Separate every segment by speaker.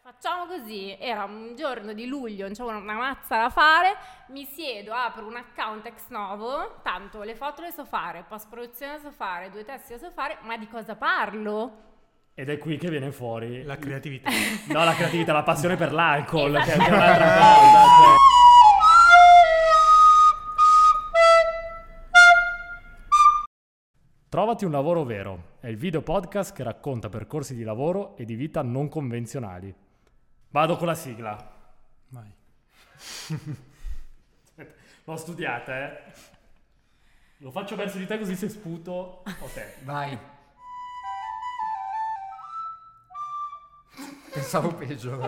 Speaker 1: Facciamo così, era un giorno di luglio, non c'avevo una mazza da fare, mi siedo, apro un account ex novo, tanto le foto le so fare, post produzione so fare, due testi le so fare, ma di cosa parlo?
Speaker 2: Ed è qui che viene fuori
Speaker 3: La creatività.
Speaker 2: No, la creatività, la passione per l'alcol, che è anche
Speaker 1: Esatto.
Speaker 2: un'altra cosa. cioè. Trovati un lavoro vero è il video podcast che racconta percorsi di lavoro e di vita non convenzionali. Vado con la sigla.
Speaker 3: Vai.
Speaker 2: L'ho studiata, eh. Lo faccio verso di te così se sputo o te.
Speaker 4: Vai. Pensavo peggio.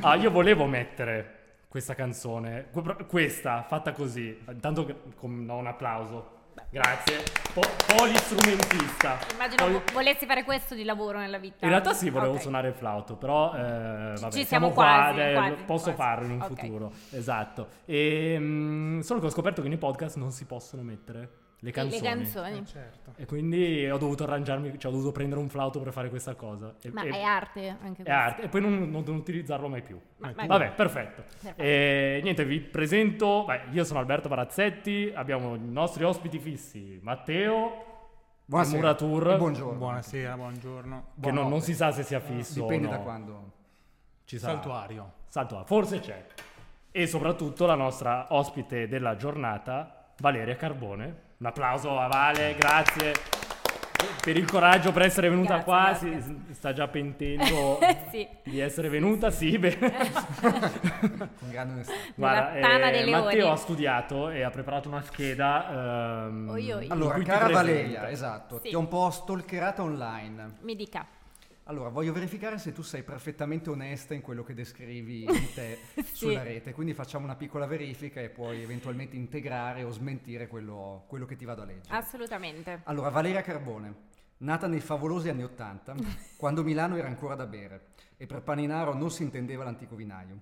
Speaker 2: Ah, io volevo mettere questa canzone, que- pro- questa fatta così. Intanto che- con no, un applauso. Grazie. Po- polistrumentista.
Speaker 1: Immagino
Speaker 2: Poli-
Speaker 1: vo- volessi fare questo di lavoro nella vita.
Speaker 2: in realtà sì, volevo
Speaker 1: Ok.
Speaker 2: suonare il flauto, però eh, vabbè,
Speaker 1: ci
Speaker 2: siamo
Speaker 1: siamo
Speaker 2: qua,
Speaker 1: quasi,
Speaker 2: dai,
Speaker 1: quasi,
Speaker 2: posso
Speaker 1: quasi.
Speaker 2: farlo in un
Speaker 1: Ok.
Speaker 2: futuro. Esatto. E, mm, solo che ho scoperto che nei podcast non si possono mettere le
Speaker 1: Le
Speaker 2: canzoni.
Speaker 1: canzoni.
Speaker 3: certo.
Speaker 2: E quindi ho dovuto arrangiarmi, cioè ho dovuto prendere un flauto per fare questa cosa. E,
Speaker 1: Ma
Speaker 2: e-
Speaker 1: è arte anche
Speaker 2: è
Speaker 1: questo.
Speaker 2: arte. E poi non, non- non utilizzarlo mai più.
Speaker 1: Ma-
Speaker 2: Ecco.
Speaker 1: ma-
Speaker 2: Vabbè, perfetto.
Speaker 1: Perfetto.
Speaker 2: E, niente, vi presento. beh, io sono Alberto Barazzetti, abbiamo i nostri ospiti fissi, Matteo,
Speaker 4: Buonasera.
Speaker 2: Muratur.
Speaker 4: E Buongiorno.
Speaker 3: Buonasera, buongiorno.
Speaker 2: che non, non si sa se sia
Speaker 4: Buonanotte.
Speaker 2: fisso.
Speaker 4: Dipende
Speaker 2: o no.
Speaker 4: da quando.
Speaker 2: Ci sarà.
Speaker 3: Saltuario.
Speaker 2: Salto A, forse c'è. E soprattutto la nostra ospite della giornata, Valeria Carbone. Un applauso a Vale, grazie per il coraggio, per essere venuta
Speaker 1: Grazie,
Speaker 2: qua.
Speaker 1: grazie.
Speaker 2: Si- sta già pentendo
Speaker 1: sì.
Speaker 2: di essere venuta, sì. beh.
Speaker 4: Con grande onestà.
Speaker 2: Guarda, eh,
Speaker 1: tana dei
Speaker 2: Matteo
Speaker 1: leoni.
Speaker 2: ha studiato e ha preparato una scheda. ehm,
Speaker 1: Oi, oi.
Speaker 2: in
Speaker 4: Allora,
Speaker 2: cui ti
Speaker 4: cara
Speaker 2: presenta.
Speaker 4: Valeria, esatto,
Speaker 1: Sì.
Speaker 4: ti ho un po' stalkerata online.
Speaker 1: Mi dica.
Speaker 4: Allora, voglio verificare se tu sei perfettamente onesta in quello che descrivi di te
Speaker 1: Sì.
Speaker 4: sulla rete, quindi facciamo una piccola verifica e puoi eventualmente integrare o smentire quello, quello che ti vado a
Speaker 1: Ah,
Speaker 4: leggere.
Speaker 1: Assolutamente.
Speaker 4: Allora, Valeria Carbone, nata nei favolosi anni Ottanta, quando Milano era ancora da bere e per Paninaro non si intendeva l'antico vinaio.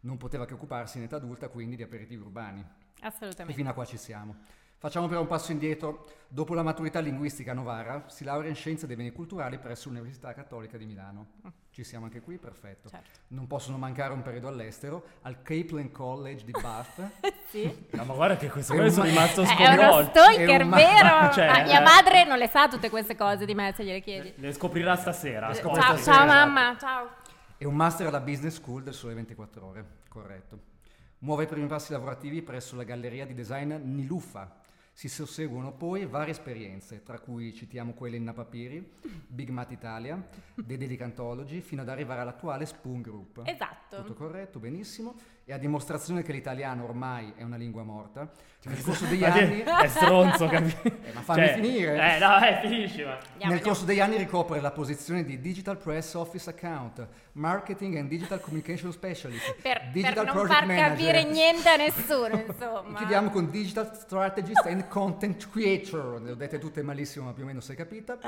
Speaker 4: Non poteva che occuparsi in età adulta quindi di aperitivi urbani. E
Speaker 1: Assolutamente.
Speaker 4: fino a qua ci siamo. Facciamo però un passo indietro. Dopo la maturità linguistica a Novara, si laurea in scienze dei beni culturali presso l'Università Cattolica di Milano. Ci siamo anche qui, perfetto.
Speaker 1: Certo.
Speaker 4: Non possono mancare un periodo all'estero, al Capelin College di Bath.
Speaker 1: Sì.
Speaker 2: No, ma guarda che questo
Speaker 4: È
Speaker 2: qua io
Speaker 4: un
Speaker 2: sono
Speaker 4: ma-
Speaker 2: rimasto
Speaker 1: È uno
Speaker 2: sconvolto.
Speaker 4: È
Speaker 1: stalker,
Speaker 4: un ma-
Speaker 1: vero?
Speaker 2: cioè,
Speaker 1: Ah, mia
Speaker 2: eh.
Speaker 1: madre non le sa tutte queste cose di me, se gliele chiedi.
Speaker 2: Le scoprirà stasera.
Speaker 4: Le
Speaker 2: ascolta.
Speaker 4: scoprirà
Speaker 1: Ciao,
Speaker 4: stasera.
Speaker 1: ciao mamma, ciao.
Speaker 4: E un master alla Business School del Sole 24 Ore, corretto. Muove i primi passi lavorativi presso la galleria di design Nilufa. Si susseguono poi varie esperienze, tra cui citiamo quelle in Napapiri, Big Mat Italia, The Delicantology, fino ad arrivare all'attuale Spoon Group. Tutto
Speaker 1: Esatto.
Speaker 4: corretto, benissimo. E a dimostrazione che l'italiano ormai è una lingua morta, nel corso degli
Speaker 2: Ma
Speaker 4: anni... Eh,
Speaker 2: te- è stronzo, capito?
Speaker 4: ma fammi finire.
Speaker 2: Eh, no, eh, finisci, ma.
Speaker 1: Andiamo,
Speaker 4: Nel corso degli anni ricopre la posizione di Digital Press Office Account, Marketing and Digital Communication Specialist,
Speaker 1: Per, per
Speaker 4: Digital
Speaker 1: non
Speaker 4: Project
Speaker 1: far
Speaker 4: Manager.
Speaker 1: capire niente a nessuno,
Speaker 4: E
Speaker 1: insomma.
Speaker 4: Chiudiamo con Digital Strategist and Content Creator, le ho dette tutte malissimo ma più o meno si è capita.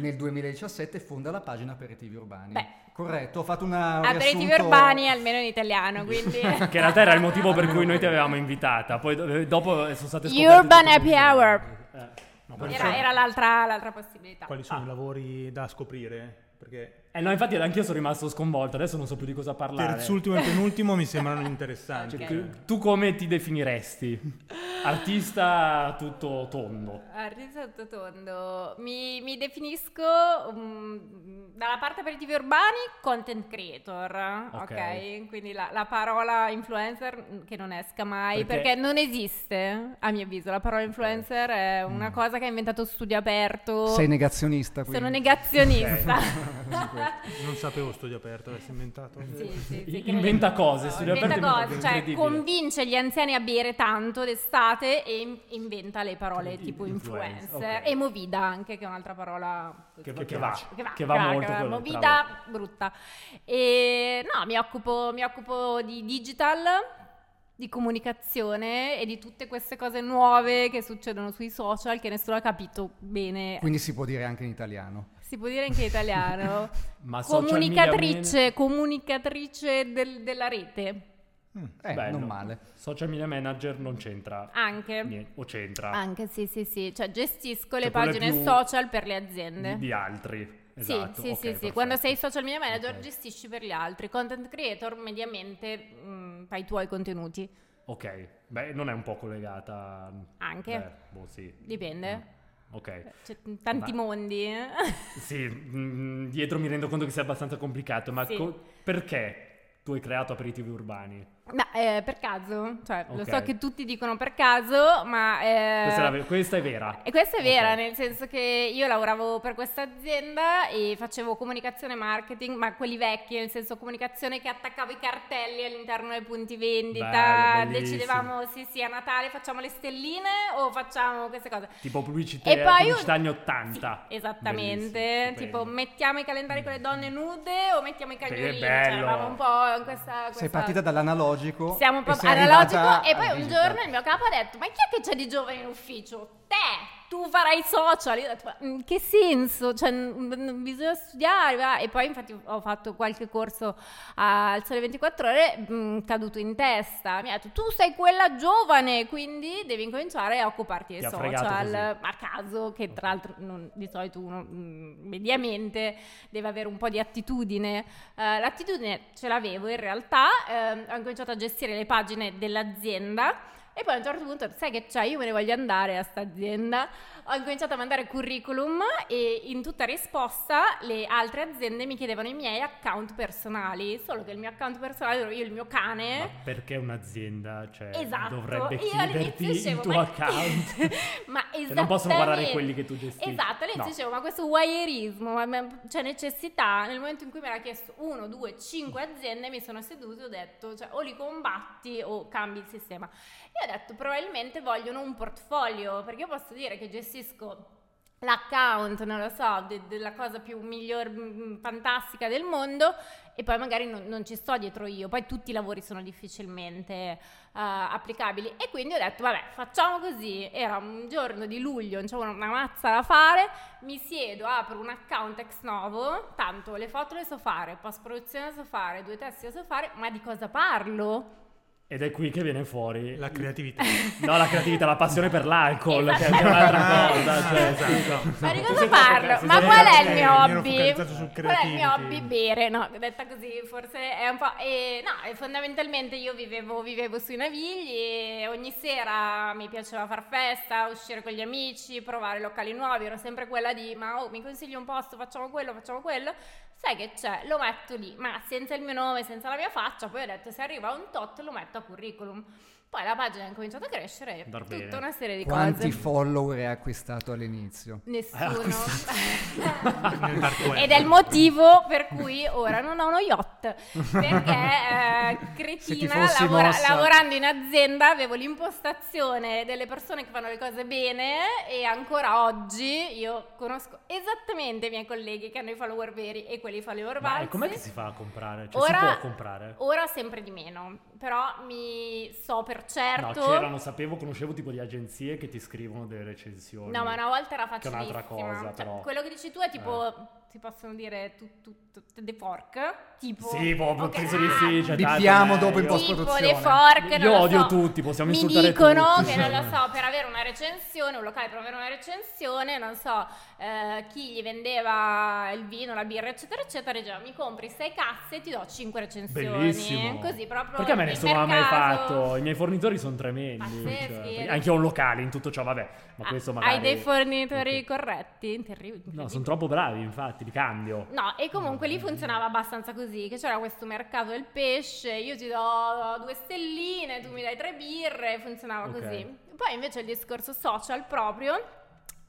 Speaker 4: Nel 2017 fonda la pagina Aperitivi Urbani.
Speaker 1: Beh.
Speaker 4: Corretto, ho fatto una... un
Speaker 1: Aperitivi
Speaker 4: riassunto-
Speaker 1: urbani, almeno in italiano, quindi...
Speaker 2: Che in realtà era il motivo per cui noi ti avevamo invitata. Poi do- eh, dopo sono state scoperte
Speaker 1: Urban
Speaker 2: tutte
Speaker 1: Happy
Speaker 2: queste cose.
Speaker 1: Hour.
Speaker 3: No, quali, sono,
Speaker 1: Era, Ah. era l'altra, l'altra possibilità.
Speaker 3: quali sono i lavori da scoprire? Perché
Speaker 2: Eh no, infatti anch'io sono rimasto sconvolto, adesso non so più di cosa parlare.
Speaker 3: terzultimo e penultimo mi sembrano interessanti.
Speaker 1: Ok.
Speaker 3: Cioè,
Speaker 2: Tu come ti definiresti? Artista tutto tondo.
Speaker 1: Arriso tondo. Mi, mi definisco mm, dalla parte aperitivi urbani content creator, ok?
Speaker 2: Ok.
Speaker 1: Quindi la, la parola influencer mm, che non esca mai
Speaker 2: Perché-
Speaker 1: perché... non esiste, a mio avviso. La parola influencer è una cosa che ha inventato Studio Aperto.
Speaker 4: Mm. Sei negazionista quindi.
Speaker 1: Sono negazionista.
Speaker 3: Non sapevo studio aperto, avessi inventato.
Speaker 1: Sì, sì, sì,
Speaker 2: I- inventa
Speaker 1: credo.
Speaker 2: cose,
Speaker 1: No,
Speaker 2: Studio
Speaker 1: inventa
Speaker 2: Aperto inventa
Speaker 1: cose,
Speaker 2: cose,
Speaker 1: cioè
Speaker 2: incredibile.
Speaker 1: convince gli anziani a bere tanto d'estate e in- inventa le parole tipo
Speaker 2: Influencer,
Speaker 1: influencer
Speaker 2: ok.
Speaker 1: e movida anche che è un'altra parola
Speaker 2: Che,
Speaker 3: Che
Speaker 2: che va,
Speaker 3: piace.
Speaker 1: che va,
Speaker 2: che va molto.
Speaker 1: che va,
Speaker 2: quello, bravo.
Speaker 1: movida brutta. E no, mi occupo, mi occupo di digital, di comunicazione e di tutte queste cose nuove che succedono sui social che nessuno ha capito bene.
Speaker 4: Quindi si può dire anche in italiano.
Speaker 1: Si può dire anche in italiano.
Speaker 2: Ma social media
Speaker 1: comunicatrice, comunicatrice del- della rete.
Speaker 4: Eh,
Speaker 2: Bello.
Speaker 4: non male.
Speaker 2: Social media manager non c'entra.
Speaker 1: Anche.
Speaker 2: Niente, o c'entra.
Speaker 1: Ah, Anche sì, sì, sì, cioè gestisco
Speaker 2: Cioè,
Speaker 1: le
Speaker 2: quello è
Speaker 1: pagine
Speaker 2: più
Speaker 1: social per le
Speaker 2: Di,
Speaker 1: aziende.
Speaker 2: di altri. Esatto,
Speaker 1: sì, sì, sì,
Speaker 2: ok,
Speaker 1: sì.
Speaker 2: perfetto.
Speaker 1: quando sei social media manager
Speaker 2: Ok.
Speaker 1: gestisci per gli altri, content creator mediamente mh, fai i tuoi contenuti,
Speaker 2: Ok, beh, non è un po' collegata.
Speaker 1: Anche.
Speaker 2: Beh, boh, sì. Mm,
Speaker 1: dipende,
Speaker 2: Ok.
Speaker 1: C'è Cioè, tanti
Speaker 2: Ma-
Speaker 1: mondi. eh.
Speaker 2: Sì, mm, dietro mi rendo conto che sia abbastanza complicato, ma
Speaker 1: Sì.
Speaker 2: co- perché tu hai creato aperitivi urbani?
Speaker 1: Ma eh, per caso, cioè, lo
Speaker 2: Ok.
Speaker 1: so che tutti dicono per caso, ma... eh,
Speaker 2: Questa è, la ver- questa è vera.
Speaker 1: E questa è vera,
Speaker 2: Ok.
Speaker 1: nel senso che io lavoravo per questa azienda e facevo comunicazione e marketing, ma quelli vecchi, nel senso comunicazione che attaccavo i cartelli all'interno dei punti vendita,
Speaker 2: Bello, bellissimo.
Speaker 1: decidevamo sì sì a Natale facciamo le stelline o facciamo queste cose.
Speaker 2: Tipo pubblicità,
Speaker 1: E poi
Speaker 2: pubblicità
Speaker 1: un-
Speaker 2: anni 80.
Speaker 1: Sì, esattamente,
Speaker 2: Bellissimo,
Speaker 1: tipo
Speaker 2: stupendo.
Speaker 1: mettiamo i calendari con le donne nude o mettiamo i cagnolini, cioè
Speaker 2: bello.
Speaker 1: eravamo un po' in questa...
Speaker 4: Sei
Speaker 1: questa-
Speaker 4: partita dall'analogico.
Speaker 1: siamo
Speaker 4: e
Speaker 1: proprio
Speaker 4: sei arrivata
Speaker 1: analogico e
Speaker 4: al
Speaker 1: poi un
Speaker 4: digital.
Speaker 1: giorno il mio capo ha detto ma chi è che c'è di giovane in ufficio? Te! Tu farai social! Io ho detto ma in che senso? Cioè, n- n- bisogna studiare va?" e poi infatti ho fatto qualche corso al Sole 24 Ore mh, caduto in testa mi ha detto tu sei quella giovane quindi devi incominciare a occuparti dei
Speaker 2: Ti ha fregato
Speaker 1: social
Speaker 2: così.
Speaker 1: a caso che tra l'altro non- di solito uno mh, mediamente deve avere un po' di attitudine eh, l'attitudine ce l'avevo in realtà, ehm, ho incominciato a gestire le pagine dell'azienda e poi a un certo punto, sai che c'è, io me ne voglio andare a sta azienda, ho incominciato a mandare curriculum e in tutta risposta le altre aziende mi chiedevano i miei account personali, solo che il mio account personale ero io il mio cane.
Speaker 2: Ma perché un'azienda cioè,
Speaker 1: Esatto,
Speaker 2: dovrebbe
Speaker 1: io all'inizio
Speaker 2: chiederti il
Speaker 1: dicevo,
Speaker 2: tuo
Speaker 1: ma-
Speaker 2: account?
Speaker 1: ma
Speaker 2: Cioè, non possono guardare
Speaker 1: esattamente.
Speaker 2: quelli che tu gestisci.
Speaker 1: Esatto, all'inizio
Speaker 2: No.
Speaker 1: dicevo, ma questo wireismo, ma- ma- cioè necessità, nel momento in cui me l'ha chiesto uno, due, cinque aziende, mi sono seduto e ho detto, cioè, o li combatti o cambi il sistema. E ho detto, probabilmente vogliono un portfolio, perché io posso dire che gestisco l'account, non lo so, de- della cosa più miglior, mm, fantastica del mondo e poi magari non, non ci sto dietro io, poi tutti i lavori sono difficilmente eh, applicabili. E quindi ho detto, vabbè, facciamo così. Era un giorno di luglio, non c'avevo una mazza da fare, mi siedo, apro un account ex novo, tanto le foto le so fare, post produzione le so fare, due testi le so fare, ma di cosa parlo?
Speaker 2: Ed è qui che viene fuori
Speaker 3: La creatività.
Speaker 2: No, la creatività, la passione per l'alcol, che è
Speaker 1: Esatto.
Speaker 2: un'altra cosa.
Speaker 3: Ah,
Speaker 2: cioè,
Speaker 3: esatto.
Speaker 2: scusa.
Speaker 1: Ma di
Speaker 2: Tu
Speaker 1: cosa
Speaker 2: sei
Speaker 1: parlo?
Speaker 2: troppo-
Speaker 1: Ma
Speaker 2: sei
Speaker 1: qual è il
Speaker 2: troppo-
Speaker 3: Eh,
Speaker 1: mio
Speaker 3: mi ero
Speaker 1: hobby?
Speaker 3: focalizzato sul
Speaker 1: Qual è il mio
Speaker 3: creativity.
Speaker 1: hobby? Bere, no, detta così forse è un po'... eh, no, eh, fondamentalmente io vivevo, vivevo sui navigli e ogni sera mi piaceva far festa, uscire con gli amici, provare locali nuovi, ero sempre quella di ma oh, mi consigli un posto, facciamo quello, facciamo quello. Sai che c'è? Lo metto lì, ma senza il mio nome, senza la mia faccia, poi ho detto se arriva a un tot lo metto a curriculum. Poi la pagina ha incominciato a crescere,
Speaker 2: Andar
Speaker 1: tutta
Speaker 2: bene.
Speaker 1: una serie di
Speaker 4: Quanti
Speaker 1: cose.
Speaker 4: follower hai acquistato all'inizio?
Speaker 1: Nessuno.
Speaker 3: Nel dark web.
Speaker 1: Ed è il motivo per cui ora non ho uno yacht. Perché eh,
Speaker 4: Se ti
Speaker 1: cretina,
Speaker 4: fossi
Speaker 1: lavora-
Speaker 4: mossa.
Speaker 1: lavorando in azienda, avevo l'impostazione delle persone che fanno le cose bene e ancora oggi io conosco esattamente i miei colleghi che hanno i follower veri e quelli follower
Speaker 2: Ma
Speaker 1: falsi.
Speaker 2: e com'è che si fa a comprare? Cioè,
Speaker 1: Ora-
Speaker 2: si può comprare?
Speaker 1: Ora sempre di meno, però mi so per
Speaker 2: No,
Speaker 1: certo...
Speaker 2: c'erano, sapevo, conoscevo tipo di agenzie che ti scrivono delle recensioni.
Speaker 1: No, ma una volta era
Speaker 2: Che è
Speaker 1: facilissima.
Speaker 2: un'altra cosa,
Speaker 1: Cioè,
Speaker 2: però. Eh.
Speaker 1: Quello che dici tu è tipo, si possono dire tu, tu, tu- the fork, tipo...
Speaker 2: Sì, boh,
Speaker 1: Ok,
Speaker 2: penso di
Speaker 1: ah,
Speaker 2: sì. Cioè,
Speaker 4: Bippiamo
Speaker 2: tanto
Speaker 4: dopo in
Speaker 2: meglio.
Speaker 4: post-
Speaker 1: Tipo
Speaker 4: post-produzione.
Speaker 1: le fork,
Speaker 2: Io
Speaker 1: non lo
Speaker 2: odio
Speaker 1: so.
Speaker 2: tutti, possiamo
Speaker 1: Mi
Speaker 2: insultare
Speaker 1: dicono
Speaker 2: tutti.
Speaker 1: che non lo so, per avere una recensione, un locale per avere una recensione, non so, eh, chi gli vendeva il vino, la birra, eccetera, eccetera, diceva mi compri sei casse e ti do cinque recensioni.
Speaker 2: Bellissimo.
Speaker 1: Così proprio
Speaker 2: Perché a me
Speaker 1: il
Speaker 2: nessuno ha mai
Speaker 1: mercato-
Speaker 2: fatto? I miei fornitori sono tremendi.
Speaker 1: Pazzeschi,
Speaker 2: cioè,
Speaker 1: eh.
Speaker 2: perché anche io ho un locale in tutto ciò, vabbè. Ma
Speaker 1: Ah,
Speaker 2: questo magari.
Speaker 1: Hai dei fornitori
Speaker 2: Ok.
Speaker 1: corretti? Terribili.
Speaker 2: No, sono troppo bravi, infatti, li cambio.
Speaker 1: No, e comunque lì funzionava abbastanza così, che c'era questo mercato del pesce, io ti do due stelline, tu mi dai tre birre, funzionava
Speaker 2: Ok.
Speaker 1: così. Poi invece il discorso social proprio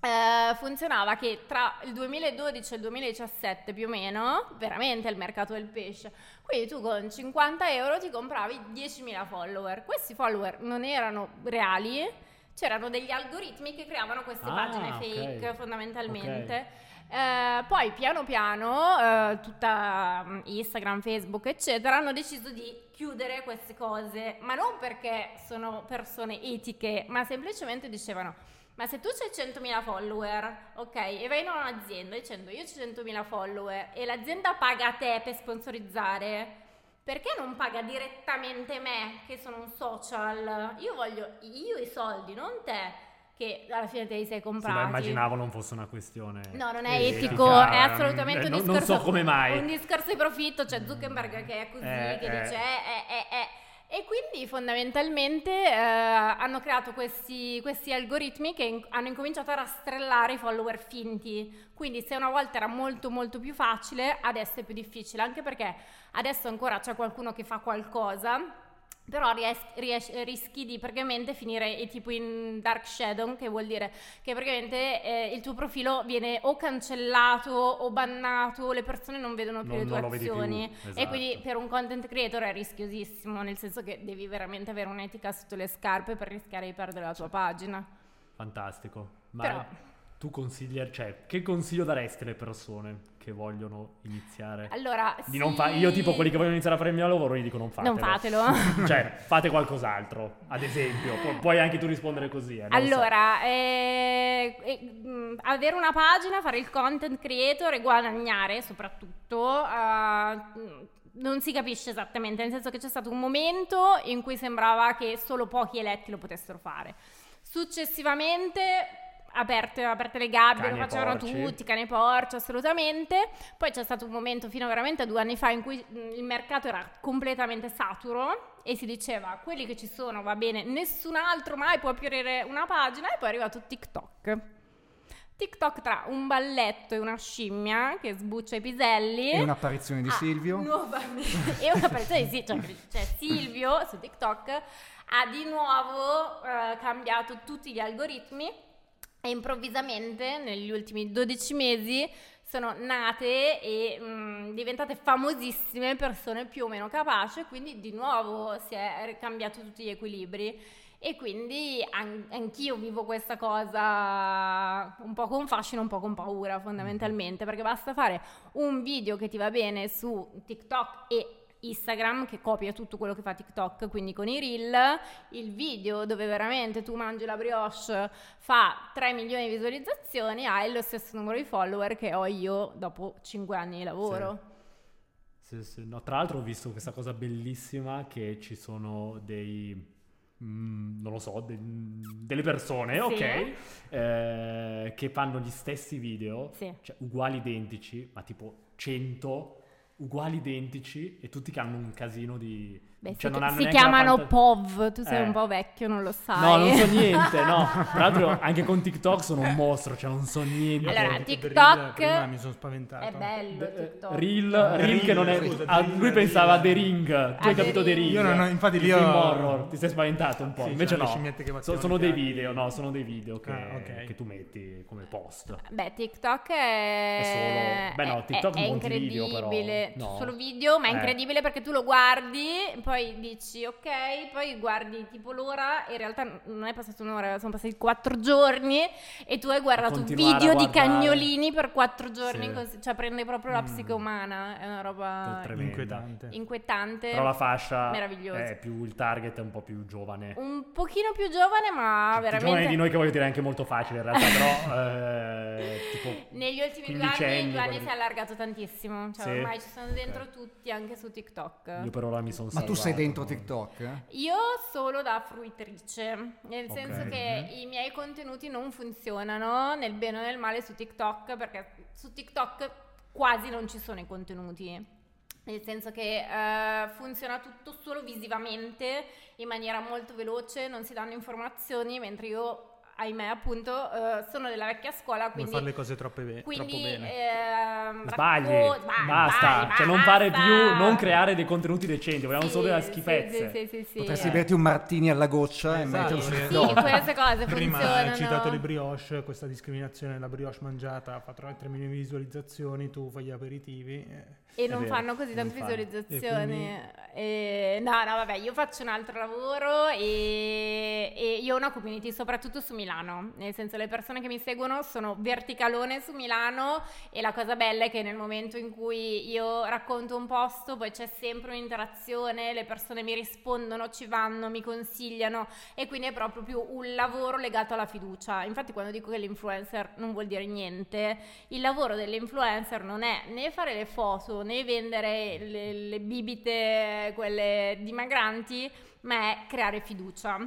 Speaker 1: eh, funzionava che tra il 2012 e il 2017 più o meno, veramente il mercato del pesce, quindi tu con 50 euro ti compravi 10.000 follower, questi follower non erano reali, c'erano degli algoritmi che creavano queste
Speaker 2: Ah,
Speaker 1: pagine
Speaker 2: ok.
Speaker 1: fake fondamentalmente.
Speaker 2: Ok.
Speaker 1: Eh, poi piano piano eh, tutta mm, Instagram, Facebook eccetera hanno deciso di chiudere queste cose, ma non perché sono persone etiche, ma semplicemente dicevano ma se tu c'hai 100.000 follower, ok, e vai in un'azienda dicendo io ho 100.000 follower e l'azienda paga a te per sponsorizzare, perché non paga direttamente me che sono un social? Io voglio io i soldi, non te. che alla fine te li sei
Speaker 2: Sì, ma
Speaker 1: comprati.
Speaker 2: immaginavo non fosse una questione.
Speaker 1: No, non è
Speaker 2: etica,
Speaker 1: etico, è assolutamente
Speaker 2: eh,
Speaker 1: un
Speaker 2: non-
Speaker 1: discorso.
Speaker 2: Non so come mai.
Speaker 1: Un discorso di profitto, cioè Zuckerberg che è così,
Speaker 2: Eh,
Speaker 1: che
Speaker 2: eh.
Speaker 1: dice eh, eh, eh. E quindi fondamentalmente eh, hanno creato questi, questi algoritmi che in- hanno incominciato a rastrellare i follower finti. Quindi se una volta era molto molto più facile, adesso è più difficile, anche perché adesso ancora c'è qualcuno che fa qualcosa. Però ries- ries- rischi di praticamente finire eh, tipo in dark shadow, che vuol dire che praticamente eh, il tuo profilo viene o cancellato o bannato, le persone non vedono più
Speaker 2: Non-
Speaker 1: le tue
Speaker 2: non lo vedi più,
Speaker 1: azioni. E
Speaker 2: esatto.
Speaker 1: quindi per un content creator è rischiosissimo, nel senso che devi veramente avere un'etica sotto le scarpe per rischiare di perdere la tua pagina.
Speaker 2: Fantastico. Ma
Speaker 1: Però-
Speaker 2: tu consigli, cioè, che consiglio daresti alle persone che vogliono iniziare?
Speaker 1: Allora,
Speaker 2: Di non
Speaker 1: sì.
Speaker 2: fa- io tipo quelli che vogliono iniziare a fare il mio lavoro, gli dico non fatelo.
Speaker 1: Non fatelo.
Speaker 2: cioè, fate qualcos'altro, ad esempio. Pu- puoi anche tu rispondere così. eh, non lo so.
Speaker 1: Allora, eh, eh, mh, avere una pagina, fare il content creator e guadagnare soprattutto, eh, mh, non si capisce esattamente, nel senso che c'è stato un momento in cui sembrava che solo pochi eletti lo potessero fare. Successivamente aperte, aperte le gabbie,
Speaker 2: Cani
Speaker 1: lo
Speaker 2: e
Speaker 1: facevano
Speaker 2: porci.
Speaker 1: tutti, cane e porci, assolutamente. Poi c'è stato un momento fino veramente a due anni fa in cui mh, il mercato era completamente saturo e si diceva quelli che ci sono va bene, nessun altro mai può aprire una pagina e poi è arrivato TikTok. TikTok tra un balletto e una scimmia che sbuccia i piselli.
Speaker 4: E un'apparizione di
Speaker 1: Ah,
Speaker 4: Silvio.
Speaker 1: nuovamente- e una persona di Sil- cioè, cioè Silvio su TikTok ha di nuovo eh, cambiato tutti gli algoritmi e improvvisamente negli ultimi 12 mesi sono nate e mh, diventate famosissime persone più o meno capaci, quindi di nuovo si è cambiato tutti gli equilibri. E quindi an- anch'io vivo questa cosa un po' con fascino, un po' con paura fondamentalmente,
Speaker 2: Mm-hmm.
Speaker 1: perché basta fare un video che ti va bene su TikTok e Instagram che copia tutto quello che fa TikTok, quindi con i reel, il video dove veramente tu mangi la brioche fa 3 milioni di visualizzazioni, hai lo stesso numero di follower che ho io dopo 5 anni di lavoro.
Speaker 2: Sì, sì, no, tra l'altro ho visto questa cosa bellissima che ci sono dei... mm, non lo so, de- delle persone, ok, eh, che fanno gli stessi video,
Speaker 1: Sì.
Speaker 2: cioè uguali identici, ma tipo 100 uguali identici e tutti che hanno un casino di...
Speaker 1: Beh,
Speaker 2: cioè
Speaker 1: si,
Speaker 2: non hanno
Speaker 1: si
Speaker 2: neanche la
Speaker 1: chiamano
Speaker 2: fanta-
Speaker 1: POV, tu sei
Speaker 2: Eh.
Speaker 1: un po' vecchio, non lo sai.
Speaker 2: No, non so niente, no. Tra l'altro anche con TikTok sono un mostro, cioè non so niente.
Speaker 1: Allora,
Speaker 3: Io
Speaker 1: TikTok-
Speaker 3: per il Prima mi sono spaventato.
Speaker 1: È bello
Speaker 2: Eh,
Speaker 1: TikTok.
Speaker 2: Reel,
Speaker 3: Ah,
Speaker 2: reel che non è.
Speaker 3: scusa,
Speaker 2: ah,
Speaker 3: reel,
Speaker 2: lui
Speaker 3: reel.
Speaker 2: pensava a The Ring. Tu hai
Speaker 1: Ah, The
Speaker 2: capito The
Speaker 1: Ring.
Speaker 2: Ring.
Speaker 3: Io non ho- infatti
Speaker 2: Il
Speaker 3: lì ho-
Speaker 2: film horror. Ti sei spaventato un po'.
Speaker 3: Sì, cioè,
Speaker 2: Invece
Speaker 3: c'erano le
Speaker 2: no.
Speaker 3: scimmiette che
Speaker 2: So-
Speaker 3: battevano
Speaker 2: sono
Speaker 3: i
Speaker 2: dei
Speaker 3: piani.
Speaker 2: video, no, sono dei video che,
Speaker 3: Ah, ok.
Speaker 2: che tu metti come post.
Speaker 1: Beh, TikTok è,
Speaker 2: È solo- beh, no,
Speaker 1: è-
Speaker 2: TikTok
Speaker 1: è, è
Speaker 2: monti video, però.
Speaker 1: incredibile,
Speaker 2: No.
Speaker 1: solo video, ma è
Speaker 2: Eh.
Speaker 1: incredibile perché tu lo guardi, poi dici ok, poi guardi tipo l'ora, e in realtà non è passata un'ora, sono passati quattro giorni e tu hai guardato
Speaker 2: continuare a
Speaker 1: video di
Speaker 2: guardare.
Speaker 1: cagnolini per quattro giorni,
Speaker 2: Sì.
Speaker 1: così, cioè prende proprio la
Speaker 3: Mm.
Speaker 1: psiche umana, è una roba
Speaker 2: Tre-
Speaker 3: Ah, Inquietante.
Speaker 1: inquietante.
Speaker 2: Però la fascia
Speaker 1: meraviglioso.
Speaker 2: è più il target, è un po' più giovane.
Speaker 1: Un pochino più giovane, ma
Speaker 2: Più
Speaker 1: Ah, veramente...
Speaker 2: Giovane Cioè, di noi che voglio dire anche molto facile in realtà, però. eh, tipo,
Speaker 1: Negli ultimi due anni,
Speaker 2: quindicenni,
Speaker 1: due anni
Speaker 2: quelli-
Speaker 1: si è allargato tantissimo. Cioè,
Speaker 2: Sì?
Speaker 1: ormai ci sono dentro
Speaker 2: Ok.
Speaker 1: tutti, anche su TikTok.
Speaker 2: Io per ora mi sono
Speaker 4: Ma tu sei dentro
Speaker 2: TikTok
Speaker 4: TikTok? eh?
Speaker 1: Io solo da fruitrice, nel
Speaker 2: Ok. mhm.
Speaker 1: senso che i miei contenuti non funzionano nel bene o nel male su TikTok, perché su TikTok quasi non ci sono i contenuti. Nel senso che eh, funziona tutto solo visivamente, in maniera molto veloce, non si danno informazioni, mentre io, ahimè, appunto, eh, sono della vecchia scuola,
Speaker 3: Non
Speaker 1: quindi
Speaker 3: fare le cose troppe be- troppo
Speaker 1: quindi
Speaker 3: bene.
Speaker 1: ehm,
Speaker 2: Eh, Oh, Sbagli,
Speaker 1: racco- sbagli,
Speaker 2: basta,
Speaker 1: sbagli,
Speaker 2: cioè
Speaker 1: ba-
Speaker 2: non fare
Speaker 1: basta.
Speaker 2: più, non creare dei contenuti decenti, vogliamo
Speaker 1: Sì,
Speaker 2: solo delle
Speaker 1: sì,
Speaker 2: schifezze.
Speaker 1: Sì, sì, sì, sì.
Speaker 4: Potresti berti un martini alla goccia
Speaker 3: Esatto,
Speaker 4: e metterlo
Speaker 3: perché-
Speaker 4: su
Speaker 1: Sì,
Speaker 4: TikTok.
Speaker 1: queste cose
Speaker 3: Prima
Speaker 1: funzionano.
Speaker 3: hai citato le brioche, questa discriminazione della brioche mangiata ha fatto 3 milioni di visualizzazioni, tu fai gli aperitivi. eh.
Speaker 1: E
Speaker 2: È
Speaker 1: non
Speaker 2: vero,
Speaker 1: fanno così
Speaker 2: non
Speaker 1: tante
Speaker 2: fanno.
Speaker 1: visualizzazioni. Eh, no, no, vabbè, io faccio un altro lavoro e, e io ho una community soprattutto su Milano. Nel senso, le persone che mi seguono sono verticalone su Milano e la cosa bella è che nel momento in cui io racconto un posto, poi c'è sempre un'interazione, le persone mi rispondono, ci vanno, mi consigliano e quindi è proprio più un lavoro legato alla fiducia. Infatti, quando dico che l'influencer non vuol dire niente, il lavoro dell'influencer non è né fare le foto né vendere le, le bibite, quelle dimagranti, ma è creare fiducia.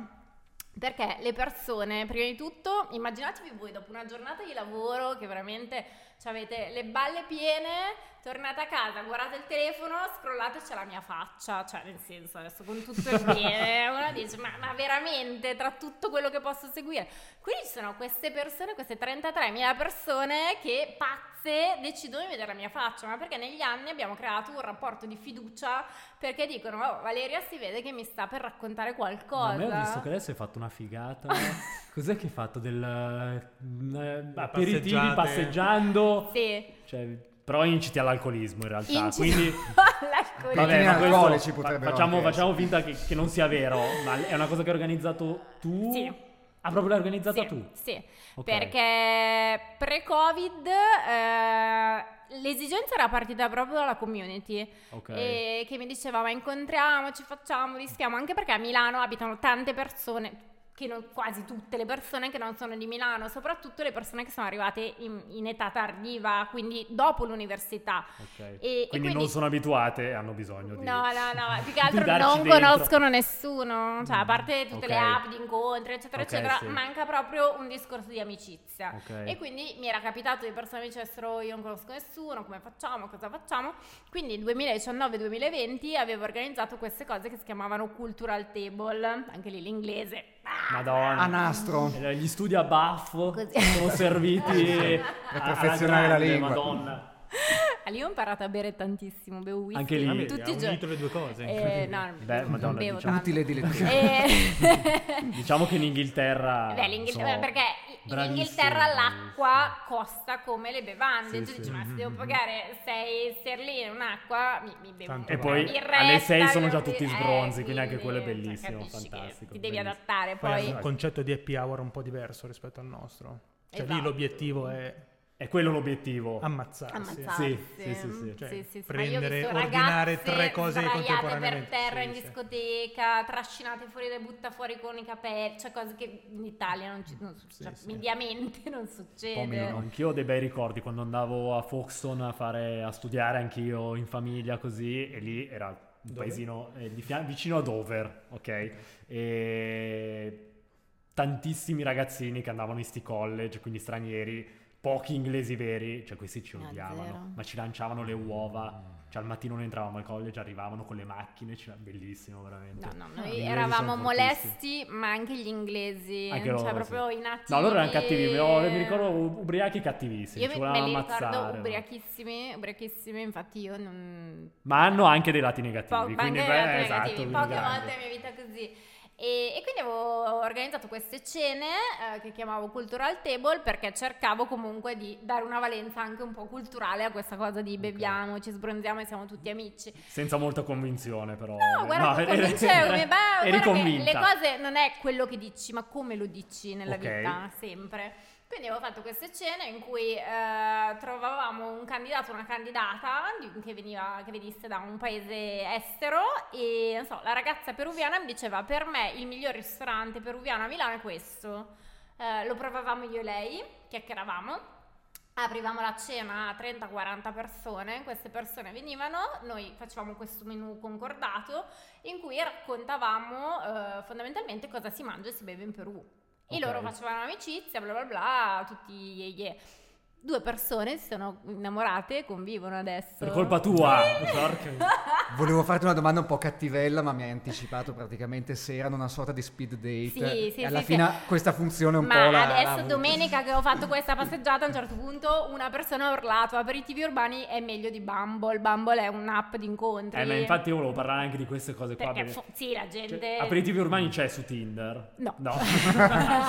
Speaker 1: Perché le persone, prima di tutto, immaginatevi voi dopo una giornata di lavoro che veramente cioè, avete le balle piene, tornate a casa, guardate il telefono, scrollate, c'è la mia faccia, cioè nel senso adesso con tutto il bene, uno dice ma, ma veramente tra tutto quello che posso seguire. Quindi ci sono queste persone, queste 33.000 persone che pazze decidono di vedere la mia faccia, ma perché negli anni abbiamo creato un rapporto di fiducia perché dicono "Oh, Valeria si vede che mi sta per raccontare qualcosa.
Speaker 2: Ma a me ho visto che adesso hai fatto una figata. Cos'è che hai fatto? Del eh, aperitivi
Speaker 3: passeggiate.
Speaker 2: passeggiando.
Speaker 1: Sì.
Speaker 2: Cioè, però inciti all'alcolismo in realtà.
Speaker 1: Incito
Speaker 2: Quindi
Speaker 1: all'alcolismo.
Speaker 4: Va bene,
Speaker 2: ma questo
Speaker 4: alcolici
Speaker 2: fa-
Speaker 4: potrebbero
Speaker 2: facciamo,
Speaker 4: anche
Speaker 2: facciamo finta che, che non sia vero, ma è una cosa che hai organizzato tu.
Speaker 1: Sì.
Speaker 2: Ah, proprio l'hai organizzata
Speaker 1: sì,
Speaker 2: tu.
Speaker 1: Sì,
Speaker 2: Ok.
Speaker 1: perché pre-Covid eh, l'esigenza era partita proprio dalla community
Speaker 2: Ok.
Speaker 1: e che mi diceva ma incontriamoci, facciamo, rischiamo, anche perché a Milano abitano tante persone. Che non- quasi tutte le persone che non sono di Milano, soprattutto le persone che sono arrivate in, in età tardiva, quindi dopo l'università.
Speaker 2: ok.
Speaker 1: e
Speaker 2: quindi, non
Speaker 1: quindi-
Speaker 2: sono abituate e hanno bisogno di...
Speaker 1: No, no, no, più che
Speaker 2: di
Speaker 1: altro
Speaker 2: darci
Speaker 1: non
Speaker 2: dentro.
Speaker 1: conoscono nessuno, cioè a parte tutte le
Speaker 2: Ok.
Speaker 1: app di incontri, eccetera,
Speaker 2: Ok,
Speaker 1: eccetera,
Speaker 2: sì.
Speaker 1: manca proprio un discorso di amicizia.
Speaker 2: Ok.
Speaker 1: E quindi mi era capitato di persone che mi dicessero io non conosco nessuno, come facciamo, cosa facciamo? Quindi nel 2019-2020 avevo organizzato queste cose che si chiamavano Cultural Table, anche lì l'inglese.
Speaker 2: Madonna.
Speaker 4: A nastro.
Speaker 2: Eh, Gli studi a baffo
Speaker 1: Così.
Speaker 2: sono serviti
Speaker 4: Per
Speaker 2: a-
Speaker 4: perfezionare
Speaker 2: alla
Speaker 4: la
Speaker 2: grande,
Speaker 4: lingua.
Speaker 2: Madonna.
Speaker 1: Ah, Lì ho imparato a bere tantissimo, bevo whisky
Speaker 2: Anche lì. Ah,
Speaker 1: tutti
Speaker 2: Vabbè,
Speaker 1: i
Speaker 3: ha
Speaker 1: giorni.
Speaker 3: unito le due cose,
Speaker 1: Eh,
Speaker 3: incredibile.
Speaker 1: no,
Speaker 2: Beh,
Speaker 1: non
Speaker 2: Madonna,
Speaker 1: bevo
Speaker 2: diciamo-
Speaker 1: tanto.
Speaker 4: Utile e dilettevole.
Speaker 1: Eh,
Speaker 2: Diciamo che in Inghilterra...
Speaker 1: Beh, l'Inghilterra,
Speaker 2: Ah, sono
Speaker 1: perché in
Speaker 2: bravissimi.
Speaker 1: Inghilterra l'acqua costa come le bevande.
Speaker 2: Sì,
Speaker 1: tu
Speaker 2: sì.
Speaker 1: dici, ma se
Speaker 2: mm-hmm.
Speaker 1: devo pagare 6 sterline in un'acqua, mi, mi bevo
Speaker 3: Tanto
Speaker 2: E
Speaker 1: una
Speaker 2: poi
Speaker 1: birretta,
Speaker 2: alle 6 sono
Speaker 1: bevo-
Speaker 2: già tutti
Speaker 1: eh,
Speaker 2: sbronzi, quindi anche quello è
Speaker 1: quindi, cioè,
Speaker 2: bellissimo,
Speaker 1: capisci che
Speaker 2: fantastico,
Speaker 1: Ti devi
Speaker 2: bellissimo.
Speaker 1: adattare
Speaker 3: Poi
Speaker 1: poi.
Speaker 3: è un concetto di happy hour un po' diverso rispetto al nostro. Cioè lì
Speaker 1: Esatto.
Speaker 3: l'obiettivo è
Speaker 2: È quello l'obiettivo.
Speaker 3: ammazzarsi.
Speaker 1: ammazzarsi.
Speaker 2: Ah, Sì, sì, sì, sì.
Speaker 3: Cioè,
Speaker 1: Sì, sì, sì. Ma io ho
Speaker 3: prendere,
Speaker 1: visto
Speaker 3: ordinare
Speaker 1: ragazze
Speaker 3: tre cose
Speaker 1: sdraiate
Speaker 3: contemporaneamente.
Speaker 1: per terra
Speaker 3: Sì,
Speaker 1: in
Speaker 3: sì.
Speaker 1: discoteca, trascinate fuori le butta fuori con i capelli, cioè cose che in Italia non, ci, non succe-
Speaker 3: sì.
Speaker 1: mediamente non succede.
Speaker 2: No, Anch'io ho dei bei ricordi quando andavo a Foxton a, fare, a studiare anch'io in famiglia così e lì era un
Speaker 3: Dove?
Speaker 2: paesino eh, di fia- vicino a Dover, ok? E tantissimi ragazzini che andavano in sti college, quindi stranieri, pochi inglesi veri, cioè questi ci
Speaker 1: No, Ah, zero.
Speaker 2: odiavano, ma ci lanciavano le uova, cioè al mattino noi entravamo al college, arrivavano con le macchine, ci- bellissimo veramente.
Speaker 1: No, no,
Speaker 2: Ah, Gli
Speaker 1: noi
Speaker 2: inglesi
Speaker 1: eravamo
Speaker 2: sono fortissimi.
Speaker 1: molesti, ma anche gli inglesi,
Speaker 2: Anche
Speaker 1: cioè
Speaker 2: loro,
Speaker 1: proprio
Speaker 2: sì.
Speaker 1: inattivi.
Speaker 2: No, loro erano cattivi, mi, ho- mi ricordo u- ubriachi cattivissimi,
Speaker 1: Io
Speaker 2: ci
Speaker 1: me, me
Speaker 2: volevano
Speaker 1: li
Speaker 2: ammazzare.
Speaker 1: ricordo
Speaker 2: no?
Speaker 1: ubriachissimi, ubriachissimi, infatti io non...
Speaker 2: Ma hanno anche dei lati negativi,
Speaker 1: po-
Speaker 2: quindi
Speaker 1: anche
Speaker 2: beh,
Speaker 1: altri
Speaker 2: esatto,
Speaker 1: negativi,
Speaker 2: quindi
Speaker 1: poche
Speaker 2: grande.
Speaker 1: volte nella mia vita così. E, e quindi avevo organizzato queste cene eh, che chiamavo Cultural Table perché cercavo comunque di dare una valenza anche un po' culturale a questa cosa di beviamo, ci sbronziamo e siamo tutti amici.
Speaker 2: Senza molta convinzione, però.
Speaker 1: No, guarda, che
Speaker 2: eri-
Speaker 1: convincevo, mi- beh,
Speaker 2: eri- eri
Speaker 1: guarda che
Speaker 2: convinta.
Speaker 1: le cose non è quello che dici, ma come lo dici nella
Speaker 2: Ok.
Speaker 1: vita, sempre. Quindi avevo fatto queste cene in cui eh, trovavamo un candidato, una candidata di- che, veniva, che venisse da un paese estero e non so, la ragazza peruviana mi diceva per me il miglior ristorante peruviano a Milano è questo. Eh, lo provavamo io e lei, chiacchieravamo. Aprivamo la cena a 30-40 persone, queste persone venivano, noi facevamo questo menù concordato in cui raccontavamo eh, fondamentalmente cosa si mangia e si beve in Perù. E
Speaker 2: Ok.
Speaker 1: loro facevano amicizia, bla bla bla, tutti ye ye. Due persone si sono innamorate e convivono adesso.
Speaker 2: Per colpa tua.
Speaker 4: Volevo farti una domanda un po' cattivella, ma mi hai anticipato praticamente se erano una sorta di speed date.
Speaker 1: Sì, sì,
Speaker 4: Cioè, e alla
Speaker 1: sì,
Speaker 4: fine
Speaker 1: sì.
Speaker 4: questa funzione un
Speaker 1: Ma
Speaker 4: po' la.
Speaker 1: adesso
Speaker 4: l'ha avuta.
Speaker 1: domenica che ho fatto questa passeggiata a un certo punto una persona ha urlato aperitivi urbani è meglio di Bumble, Bumble è un'app di incontri.
Speaker 2: eh, ma infatti io volevo parlare anche di queste cose qua.
Speaker 1: perché
Speaker 2: perché-
Speaker 1: fo- sì, la gente
Speaker 2: cioè, aperitivi urbani c'è su Tinder?
Speaker 1: No.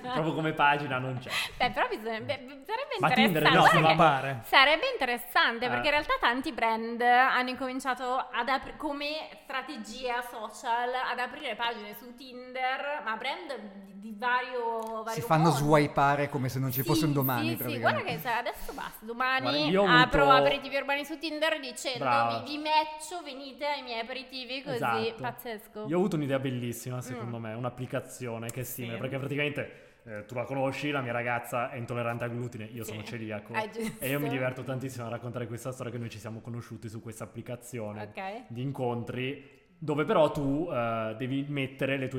Speaker 2: Proprio come pagina non c'è.
Speaker 1: Beh, però bisogna, beh, sarebbe
Speaker 2: Ma
Speaker 1: interessante.
Speaker 2: Tinder no,
Speaker 1: guarda
Speaker 2: sulla
Speaker 1: che
Speaker 3: bare.
Speaker 1: Sarebbe interessante
Speaker 2: Eh.
Speaker 1: perché in realtà tanti brand hanno incominciato ad apri- come strategia social ad aprire pagine su Tinder, ma brand di, di vario, vario
Speaker 4: Si fanno
Speaker 1: mondo.
Speaker 4: swipeare come se non ci
Speaker 1: Sì,
Speaker 4: fosse un domani.
Speaker 1: Sì, sì,
Speaker 4: praticamente.
Speaker 1: guarda che sa- adesso basta. Domani
Speaker 2: Guarda, io ho
Speaker 1: apro
Speaker 2: avuto-
Speaker 1: aperitivi urbani su Tinder dicendo
Speaker 2: Brava.
Speaker 1: vi, vi matcho, venite ai miei aperitivi così.
Speaker 2: Esatto.
Speaker 1: Pazzesco.
Speaker 2: Io ho avuto un'idea bellissima, secondo
Speaker 1: Mm.
Speaker 2: me, un'applicazione che è simile,
Speaker 1: Sì.
Speaker 2: perché praticamente eh, tu la conosci, la mia ragazza è intollerante al glutine, io
Speaker 1: Sì.
Speaker 2: sono celiaco
Speaker 1: Ah, giusto.
Speaker 2: e io mi diverto tantissimo a raccontare questa storia che noi ci siamo conosciuti su questa applicazione
Speaker 1: Ok.
Speaker 2: di incontri dove però tu eh, devi mettere le tue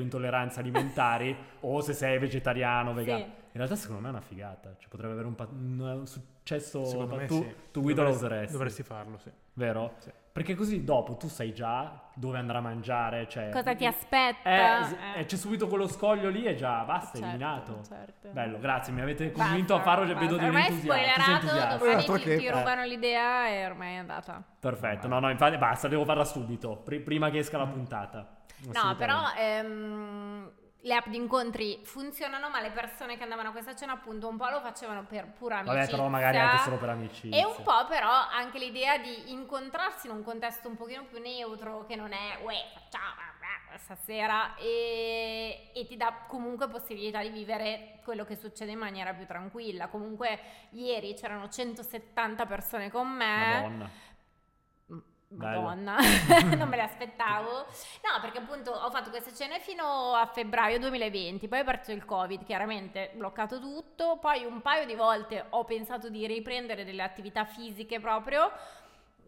Speaker 2: intolleranze alimentari o se sei vegetariano, vegano.
Speaker 1: Sì.
Speaker 2: In realtà secondo me è una figata, cioè, potrebbe avere un, pa- un successo,
Speaker 3: Secondo
Speaker 2: pa-
Speaker 3: me
Speaker 2: Oh, tu,
Speaker 3: sì.
Speaker 2: tu guida lo
Speaker 3: Dovresti-
Speaker 2: useresti,
Speaker 3: Dovresti farlo, sì.
Speaker 2: vero?
Speaker 3: Sì.
Speaker 2: Perché così dopo tu sai già dove andare a mangiare, cioè...
Speaker 1: Cosa ti
Speaker 2: Eh,
Speaker 1: aspetta?
Speaker 2: s- eh, c'è subito quello scoglio lì e già basta,
Speaker 1: Certo,
Speaker 2: eliminato.
Speaker 1: certo.
Speaker 2: Bello, grazie, mi avete
Speaker 1: Basta,
Speaker 2: convinto a farlo, cioè,
Speaker 1: basta.
Speaker 2: vedo
Speaker 1: Ormai è
Speaker 2: dell'entusiasmo. ti sei
Speaker 1: spoilerato,
Speaker 2: entusiasta. Eh.
Speaker 1: domani
Speaker 4: Altro
Speaker 1: ti,
Speaker 4: Esatto, che-
Speaker 1: ti rubano l'idea e ormai è andata.
Speaker 2: Perfetto, no, no, infatti basta, devo farla subito, pri- prima che esca la puntata.
Speaker 1: Mm. No,
Speaker 2: Assolutamente.
Speaker 1: però ehm, le app di incontri funzionano, ma le persone che andavano a questa cena appunto un po' lo facevano per pura amicizia.
Speaker 2: Vabbè, però magari anche solo per amicizia.
Speaker 1: E un po' però anche l'idea di incontrarsi in un contesto un pochino più neutro, che non è, uè, ciao, stasera, e, e ti dà comunque possibilità di vivere quello che succede in maniera più tranquilla. Comunque ieri c'erano 170 persone con me.
Speaker 2: Madonna. Bello.
Speaker 1: Madonna, non me le aspettavo. No, perché appunto ho fatto queste cene fino a febbraio 2020, poi è partito il Covid, chiaramente bloccato tutto, poi un paio di volte ho pensato di riprendere delle attività fisiche proprio,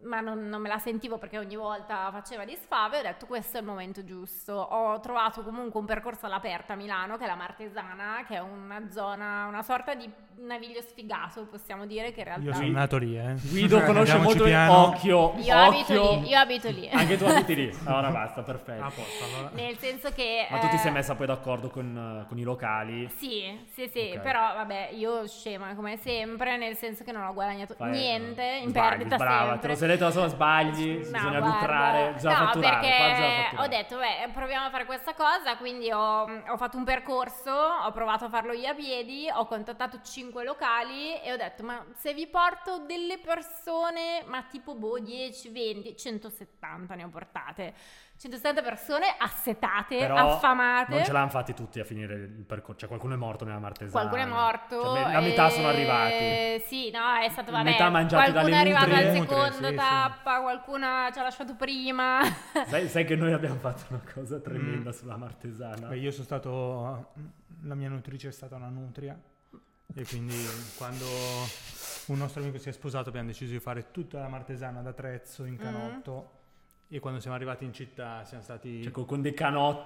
Speaker 1: ma non, non me la sentivo perché ogni volta faceva di sfave, ho detto questo è il momento giusto. Ho trovato comunque un percorso all'aperta a Milano, che è la Martesana, che è una zona, una sorta di naviglio sfigato, possiamo dire che in realtà...
Speaker 3: Io sono nato lì, eh.
Speaker 2: Guido conosce
Speaker 3: Andiamoci
Speaker 2: molto
Speaker 3: piano.
Speaker 2: Occhio,
Speaker 1: Io
Speaker 2: occhio.
Speaker 1: abito lì, io abito lì.
Speaker 2: Anche tu abiti lì. Allora basta, perfetto.
Speaker 3: A posto, allora.
Speaker 1: Nel senso che...
Speaker 2: Ma tu ti sei
Speaker 1: eh,
Speaker 2: messa poi d'accordo con, eh, con i locali?
Speaker 1: Sì, sì, sì,
Speaker 2: Ok.
Speaker 1: però vabbè, io scema come sempre, nel senso che non ho guadagnato
Speaker 2: Fai- eh,
Speaker 1: niente, in
Speaker 2: sbagli,
Speaker 1: perdita
Speaker 2: brava, te
Speaker 1: sempre.
Speaker 2: lo sei detto da sola, sbagli, bisogna
Speaker 1: guarda,
Speaker 2: lucrare, bisogna
Speaker 1: no,
Speaker 2: fatturare,
Speaker 1: perché
Speaker 2: qua bisogna fatturare.
Speaker 1: ho detto, beh, proviamo a fare questa cosa, quindi ho, ho fatto un percorso, ho provato a farlo io a piedi, ho contattato cinque locali e ho detto, ma se vi porto delle persone, ma tipo boh, 10, 20, 170 ne ho portate, 170 persone assetate,
Speaker 2: Però
Speaker 1: affamate.
Speaker 2: Non ce l'hanno fatti tutti a finire il percorso. Cioè, qualcuno è morto nella martesana.
Speaker 1: Qualcuno è morto.
Speaker 2: Cioè, me- la metà sono
Speaker 1: eh,
Speaker 2: arrivati.
Speaker 1: Sì, no, è stato vabbè.
Speaker 2: Metà mangiati
Speaker 1: qualcuno
Speaker 2: dalle
Speaker 1: è arrivato
Speaker 2: nutrie.
Speaker 1: al
Speaker 3: Nutrie,
Speaker 1: secondo
Speaker 3: sì, sì.
Speaker 1: tappa, qualcuno ci ha lasciato prima.
Speaker 2: Sai, sai che noi abbiamo fatto una cosa
Speaker 3: Mm.
Speaker 2: tremenda sulla
Speaker 1: Ah.
Speaker 2: martesana.
Speaker 3: Beh, io sono stato. La mia nutrice è stata una nutria. E quindi quando un nostro amico si è sposato abbiamo deciso di fare tutta la martesana ad Atrezzo
Speaker 1: Mm.
Speaker 3: in canotto. E quando siamo arrivati in città siamo stati.
Speaker 2: Cioè, co- con dei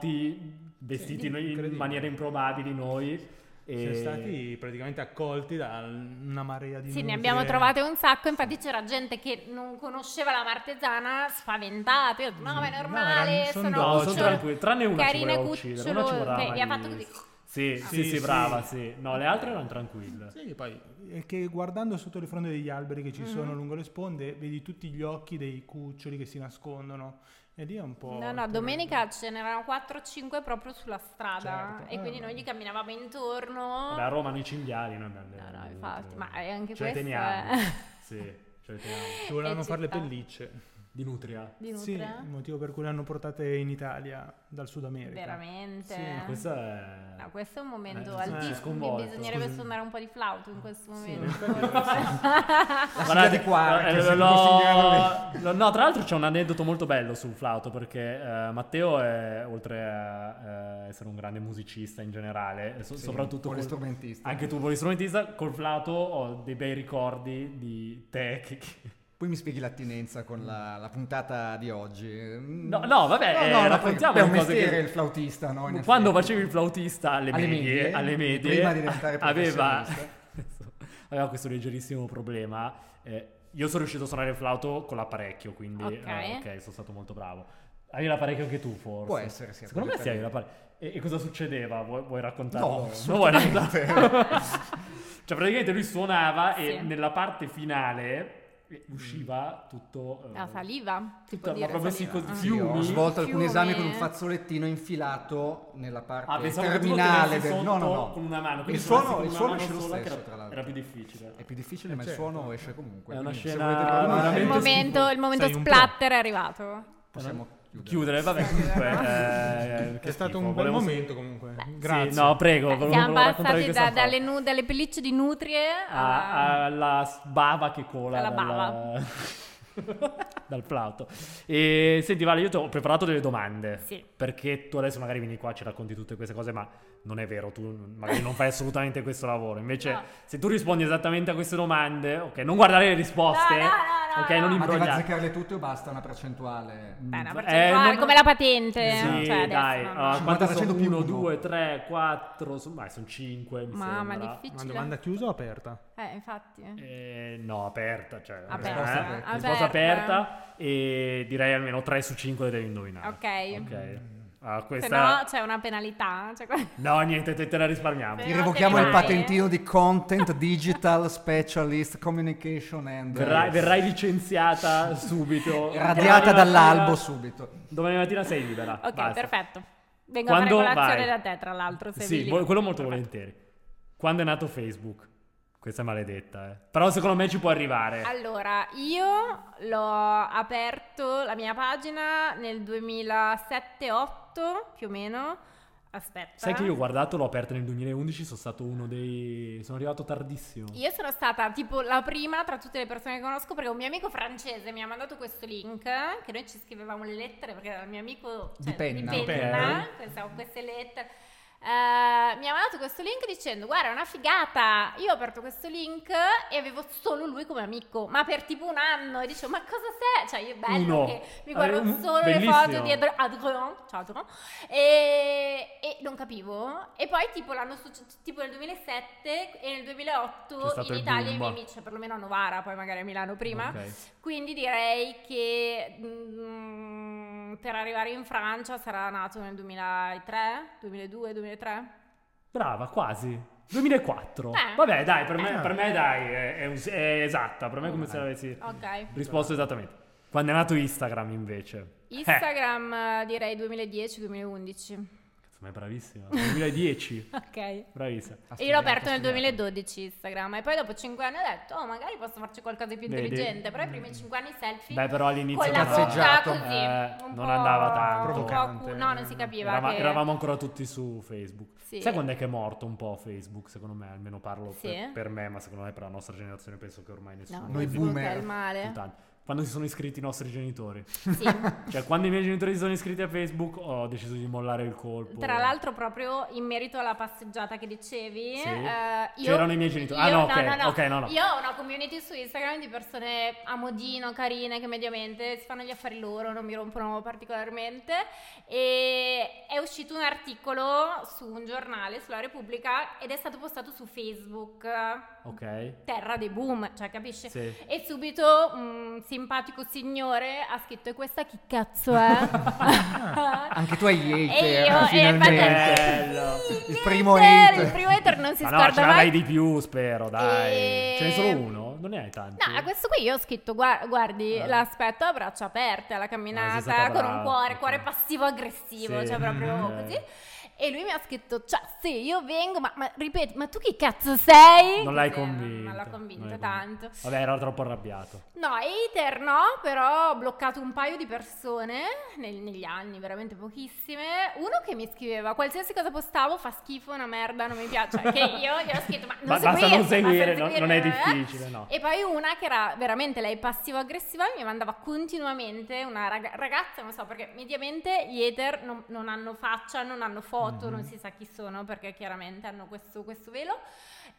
Speaker 2: canotti vestiti
Speaker 3: Sì,
Speaker 2: noi in
Speaker 3: incredibile.
Speaker 2: maniere improbabili noi.
Speaker 3: siamo
Speaker 2: E...
Speaker 3: stati praticamente accolti da una marea di
Speaker 1: sì, ne
Speaker 3: nutrie.
Speaker 1: abbiamo trovate un sacco. Infatti, c'era gente che non conosceva la martesana, spaventata. Io ho detto, no, ma è
Speaker 3: No,
Speaker 1: normale.
Speaker 3: erano-
Speaker 1: sono
Speaker 3: sono
Speaker 2: No,
Speaker 3: docili.
Speaker 2: sono
Speaker 1: cucciolo-
Speaker 2: tranquilli. Tranne una
Speaker 1: carine
Speaker 2: ci voleva uccidere. Una ci
Speaker 1: cucciolone,
Speaker 2: voleva
Speaker 1: cioè, che gli ha
Speaker 2: lì.
Speaker 1: fatto così.
Speaker 2: Sì, sì, sì,
Speaker 3: sì, sì.
Speaker 2: brava, sì. No, le altre erano tranquille.
Speaker 3: Sì, poi è che guardando sotto le fronde degli alberi
Speaker 1: Mm.
Speaker 3: che ci sono lungo le sponde, vedi tutti gli occhi dei cuccioli che si nascondono. E lì è un po'.
Speaker 1: No, no,
Speaker 3: terribile.
Speaker 1: domenica ce n'erano 4-5 proprio sulla strada.
Speaker 3: Certo.
Speaker 1: E quindi
Speaker 3: Ah.
Speaker 1: noi gli camminavamo intorno.
Speaker 2: Vabbè, a Roma noi cinghiali noi abbiamo
Speaker 1: No,
Speaker 2: le-
Speaker 1: no,
Speaker 2: le-
Speaker 1: infatti,
Speaker 2: le-
Speaker 1: ma è anche
Speaker 2: ce le
Speaker 1: questo,
Speaker 2: teniamo.
Speaker 1: eh.
Speaker 2: Sì, ce le teniamo.
Speaker 3: Ci volevano
Speaker 1: E
Speaker 3: fare le
Speaker 1: città.
Speaker 3: pellicce.
Speaker 2: Di Nutria.
Speaker 1: Di eh?
Speaker 3: Sì,
Speaker 1: nutria.
Speaker 3: il motivo per cui le hanno portate in Italia dal Sud America.
Speaker 1: Veramente.
Speaker 3: Sì, ma
Speaker 2: Questo è...
Speaker 1: Eh. No, questo è un momento
Speaker 2: Eh,
Speaker 3: sì,
Speaker 1: altissimo,
Speaker 2: sconvolto.
Speaker 1: bisognerebbe
Speaker 2: Scusi.
Speaker 1: suonare un po' di flauto in questo
Speaker 3: Sì,
Speaker 1: momento.
Speaker 4: sigla di Quark,
Speaker 2: eh,
Speaker 4: se
Speaker 2: lo-
Speaker 4: fosse
Speaker 2: lo- no, tra l'altro c'è un aneddoto molto bello sul flauto perché eh, Matteo è, oltre a eh, essere un grande musicista in generale, eh, so-
Speaker 4: Sì,
Speaker 2: soprattutto
Speaker 4: un
Speaker 2: col-
Speaker 4: polistrumentista.
Speaker 2: anche tu polistrumentista, col flauto ho dei bei ricordi di te che- che-
Speaker 4: Poi mi spieghi l'attinenza con la, la puntata di oggi. Mm.
Speaker 2: No, no, vabbè, eh,
Speaker 4: la-
Speaker 2: raccontiamo
Speaker 4: Beh, è un
Speaker 2: le cose
Speaker 4: mestiere
Speaker 2: che-
Speaker 4: il flautista, no? in
Speaker 2: Quando
Speaker 4: effetti.
Speaker 2: facevi il flautista alle,
Speaker 4: Alle
Speaker 2: medie,
Speaker 4: medie,
Speaker 2: alle medie,
Speaker 4: prima di diventare
Speaker 2: aveva,
Speaker 4: professionista.
Speaker 2: aveva questo leggerissimo problema. Eh, io sono riuscito a suonare il flauto con l'apparecchio, quindi
Speaker 1: Ok.
Speaker 2: eh, ok, sono stato molto bravo. Avevi l'apparecchio anche tu, forse?
Speaker 4: Può essere, sì,
Speaker 2: Secondo me sì, avevi
Speaker 4: assolutamente.
Speaker 2: l'apparecchio. E, e cosa succedeva? Vuoi, vuoi raccontarlo?
Speaker 4: No,
Speaker 2: non vuoi raccontarlo? cioè, praticamente lui suonava e
Speaker 1: Sì.
Speaker 2: nella parte finale eh,
Speaker 4: Mm.
Speaker 2: usciva tutto... eh,
Speaker 1: La saliva, si
Speaker 2: Tutta-
Speaker 1: può
Speaker 2: ma
Speaker 1: dire
Speaker 2: proprio
Speaker 1: saliva. Ah.
Speaker 2: sì, così.
Speaker 4: Sì, ho
Speaker 2: Fiumi?
Speaker 4: svolto alcuni
Speaker 1: Fiumi.
Speaker 4: esami con un fazzolettino infilato nella parte
Speaker 2: Ah, pensavo che tu lo
Speaker 4: terminale
Speaker 2: tenessi
Speaker 4: del...
Speaker 2: sotto
Speaker 4: no, no, no.
Speaker 2: con una mano.
Speaker 4: Il
Speaker 2: quindi
Speaker 4: suono,
Speaker 2: suonassi con
Speaker 4: il suono
Speaker 2: una
Speaker 4: esce
Speaker 2: mano
Speaker 4: lo
Speaker 2: sola, che
Speaker 4: stesso,
Speaker 2: era-
Speaker 4: tra l'altro.
Speaker 2: Era più difficile.
Speaker 4: È più difficile, ma il
Speaker 3: certo.
Speaker 4: suono esce comunque.
Speaker 2: È una
Speaker 4: Quindi, se
Speaker 2: scena
Speaker 4: volete provare-
Speaker 2: veramente
Speaker 1: Il momento, il momento
Speaker 3: Sei un pro.
Speaker 1: splatter è arrivato.
Speaker 4: possiamo chiudere.
Speaker 2: Chiudere, vabbè, comunque. eh, che
Speaker 3: È stato
Speaker 2: schifo,
Speaker 3: un bel
Speaker 2: volevo-
Speaker 3: momento comunque.
Speaker 2: Sì,
Speaker 3: Grazie.
Speaker 2: no, prego, volevo,
Speaker 1: Eh, Siamo
Speaker 2: volevo raccontare
Speaker 1: passati
Speaker 2: questa Ah,
Speaker 1: da- dalle,
Speaker 2: cosa.
Speaker 1: nu- dalle pellicce di nutrie a-
Speaker 2: A- alla s- bava che cola
Speaker 1: Alla
Speaker 2: dalla- dal flauto. E senti, Vale, io ti ho preparato delle domande.
Speaker 1: Sì.
Speaker 2: Perché tu adesso magari vieni qua, ci racconti tutte queste cose, ma non è vero, tu non- magari non fai assolutamente questo lavoro. Invece,
Speaker 1: No.
Speaker 2: se tu rispondi esattamente a queste domande, ok, non guardare le risposte,
Speaker 1: No, no, no, no, la-
Speaker 2: Ok, non
Speaker 1: la-
Speaker 2: im-
Speaker 4: Ma devi
Speaker 2: Imbrogliate.
Speaker 4: azzeccarle tutte o basta una percentuale?
Speaker 1: Beh, una
Speaker 2: Eh,
Speaker 1: percentuale,
Speaker 2: non-
Speaker 1: come la patente.
Speaker 2: Sì,
Speaker 1: cioè, adesso
Speaker 2: dai, oh,
Speaker 1: non-
Speaker 2: allora, quanto
Speaker 4: 50%
Speaker 2: sono?
Speaker 4: più
Speaker 2: 1,
Speaker 4: uno.
Speaker 2: 2, 3, 4, sono, vai, sono 5, mi
Speaker 1: Mamma,
Speaker 2: sembra.
Speaker 3: Una
Speaker 1: difficile.
Speaker 3: domanda chiusa o aperta?
Speaker 1: Eh, infatti.
Speaker 2: Eh, no, aperta, cioè,
Speaker 1: Aperta,
Speaker 2: risposta,
Speaker 1: aperta.
Speaker 2: risposta aperta e direi almeno 3 su 5 le devi indovinare.
Speaker 1: Ok.
Speaker 2: Ok. Ah,
Speaker 1: Se
Speaker 2: questa...
Speaker 1: no c'è una penalità. cioè-
Speaker 2: No, niente, te, te la risparmiamo.
Speaker 1: Però
Speaker 4: Ti revochiamo
Speaker 1: te
Speaker 4: il
Speaker 1: ne vai,
Speaker 4: patentino di Content Digital Specialist Communication and... eh,
Speaker 2: Verrai, verrai licenziata subito.
Speaker 4: Radiata
Speaker 2: Domani mattina-
Speaker 4: dall'albo subito.
Speaker 2: Domani mattina sei libera.
Speaker 1: Ok,
Speaker 2: basta.
Speaker 1: perfetto. Vengo
Speaker 2: Quando
Speaker 1: a fare colazione
Speaker 2: vai?
Speaker 1: da te, tra l'altro. Se
Speaker 2: Sì,
Speaker 1: vi-
Speaker 2: vo- quello molto
Speaker 1: Perfetto.
Speaker 2: volentieri. Quando è nato Facebook? Questa è maledetta, eh. Però secondo me ci può arrivare.
Speaker 1: Allora, io l'ho aperto la mia pagina nel 2007-8 più o meno. Aspetta.
Speaker 2: Sai che io ho guardato, l'ho aperta nel 2011, sono stato uno dei... sono arrivato tardissimo.
Speaker 1: Io sono stata tipo la prima tra tutte le persone che conosco perché un mio amico francese mi ha mandato questo link che noi ci scrivevamo le lettere perché era il mio amico cioè,
Speaker 4: Di penna.
Speaker 1: di penna, pensavo queste lettere. Eh, mi ha mandato questo link dicendo guarda è una figata io ho aperto questo link e avevo solo lui come amico ma per tipo un anno e dicevo ma cosa sei cioè io bello
Speaker 2: Uno.
Speaker 1: che mi guardo
Speaker 2: Eh, un-
Speaker 1: solo
Speaker 2: bellissimo.
Speaker 1: le foto di Adr- Adrien ciao Adrien e, e non capivo. E poi, tipo, l'anno succe- tipo nel 2007 e nel
Speaker 2: C'è
Speaker 1: 2008
Speaker 2: stato
Speaker 1: in
Speaker 2: il
Speaker 1: Italia i
Speaker 2: boom.
Speaker 1: miei amici, cioè perlomeno a Novara, poi magari a Milano prima.
Speaker 2: Ok.
Speaker 1: Quindi direi che mm, per arrivare in Francia sarà nato nel 2003, 2002, 2003.
Speaker 2: Brava, quasi. 2004.
Speaker 1: Eh.
Speaker 2: Vabbè, dai, per me,
Speaker 1: Eh.
Speaker 2: per me dai, è, è un- è esatta. Per me è come se
Speaker 4: Dai.
Speaker 2: l'avessi
Speaker 1: Ok.
Speaker 2: risposto esattamente. Quando è nato Instagram, invece? Eh,
Speaker 1: Instagram eh, direi 2010-2011.
Speaker 2: cazzo, ma è bravissima. 2010.
Speaker 1: Ok.
Speaker 2: Bravissima.
Speaker 4: Ha
Speaker 1: E io l'ho
Speaker 4: studiato,
Speaker 1: aperto
Speaker 4: ha
Speaker 1: nel
Speaker 4: studiato.
Speaker 1: 2012 Instagram e poi dopo 5 anni ho detto oh magari posso farci qualcosa di più
Speaker 2: Vedi?
Speaker 1: intelligente però i primi 5 anni selfie
Speaker 2: Beh, però all'inizio
Speaker 1: con la
Speaker 4: proprio-
Speaker 1: bocca
Speaker 4: Cazzeggiato.
Speaker 1: così
Speaker 2: Eh,
Speaker 1: un
Speaker 2: non
Speaker 1: po'
Speaker 2: andava tanto.
Speaker 1: un po'
Speaker 3: Provocante.
Speaker 1: cu- no non si capiva
Speaker 2: Erava-
Speaker 1: che-
Speaker 2: Eravamo ancora tutti su Facebook.
Speaker 1: Sì.
Speaker 2: Sai quando è che è morto un po' Facebook? Secondo me, almeno parlo
Speaker 1: Sì.
Speaker 2: per, per me, ma secondo me per la nostra generazione penso che ormai nessuno.
Speaker 1: no,
Speaker 4: Noi
Speaker 1: sono
Speaker 4: boomer.
Speaker 1: del male
Speaker 2: Soltanto. Quando si sono iscritti i nostri genitori.
Speaker 1: Sì.
Speaker 2: Cioè, quando i miei genitori si sono iscritti a Facebook, ho deciso di mollare il colpo.
Speaker 1: tra l'altro proprio in merito alla passeggiata che dicevi
Speaker 2: Sì.
Speaker 1: eh, io,
Speaker 2: C'erano i miei genitori. Ah,
Speaker 1: io-
Speaker 2: no, ok, ok, no, no.
Speaker 1: io ho una community su Instagram di persone a modino carine che mediamente si fanno gli affari loro non mi rompono particolarmente e è uscito un articolo su un giornale sulla Repubblica ed è stato postato su Facebook
Speaker 2: Ok.
Speaker 1: terra dei boom cioè capisci
Speaker 2: Sì.
Speaker 1: E subito un simpatico signore ha scritto: E questa chi cazzo è?
Speaker 4: Anche tu hai eh, gli
Speaker 1: E
Speaker 4: hater,
Speaker 1: io, e infatti,
Speaker 4: finalmente.
Speaker 2: Bello.
Speaker 1: Sì,
Speaker 4: Il primo
Speaker 1: hater,
Speaker 4: hater.
Speaker 1: Il primo hater non si
Speaker 2: Ma no, ce
Speaker 1: scorda
Speaker 2: la
Speaker 1: mai.
Speaker 2: dai di più, spero, dai.
Speaker 1: E-
Speaker 2: Ce n'è solo uno? Non ne hai tanti?
Speaker 1: No, a questo qui io ho scritto, "Gua- guardi,
Speaker 2: Ah.
Speaker 1: l'aspetto a braccia aperte alla
Speaker 2: Ah, sei
Speaker 1: camminata,
Speaker 2: stata
Speaker 1: con
Speaker 2: brava,
Speaker 1: un cuore,
Speaker 2: ok.
Speaker 1: cuore passivo-aggressivo,
Speaker 2: Sì,
Speaker 1: cioè proprio
Speaker 2: mm, ok.
Speaker 1: così. E lui mi ha scritto, cioè sì, io vengo, ma, ma ripeto, ma tu chi cazzo sei?
Speaker 2: Non l'hai
Speaker 1: Così,
Speaker 2: convinto.
Speaker 1: Non l'ho
Speaker 2: Non
Speaker 1: convinto
Speaker 2: l'hai
Speaker 1: tanto.
Speaker 2: Vabbè, era troppo arrabbiato.
Speaker 1: No, hater no, però ho bloccato un paio di persone nel- negli anni, veramente pochissime. Uno che mi scriveva qualsiasi cosa postavo fa schifo, è una merda, non mi piace. Cioè, che io gli ho scritto, ma non
Speaker 2: Ma
Speaker 1: seguirmi,
Speaker 2: basta non
Speaker 1: basta
Speaker 2: seguire, no- non è
Speaker 1: seguirmi, eh.
Speaker 2: difficile, no.
Speaker 1: E poi una che era veramente lei passivo-aggressiva e mi mandava continuamente una raga- ragazza, non so perché mediamente gli hater non, non hanno faccia, non hanno foto, non si sa chi sono perché chiaramente hanno questo, questo velo.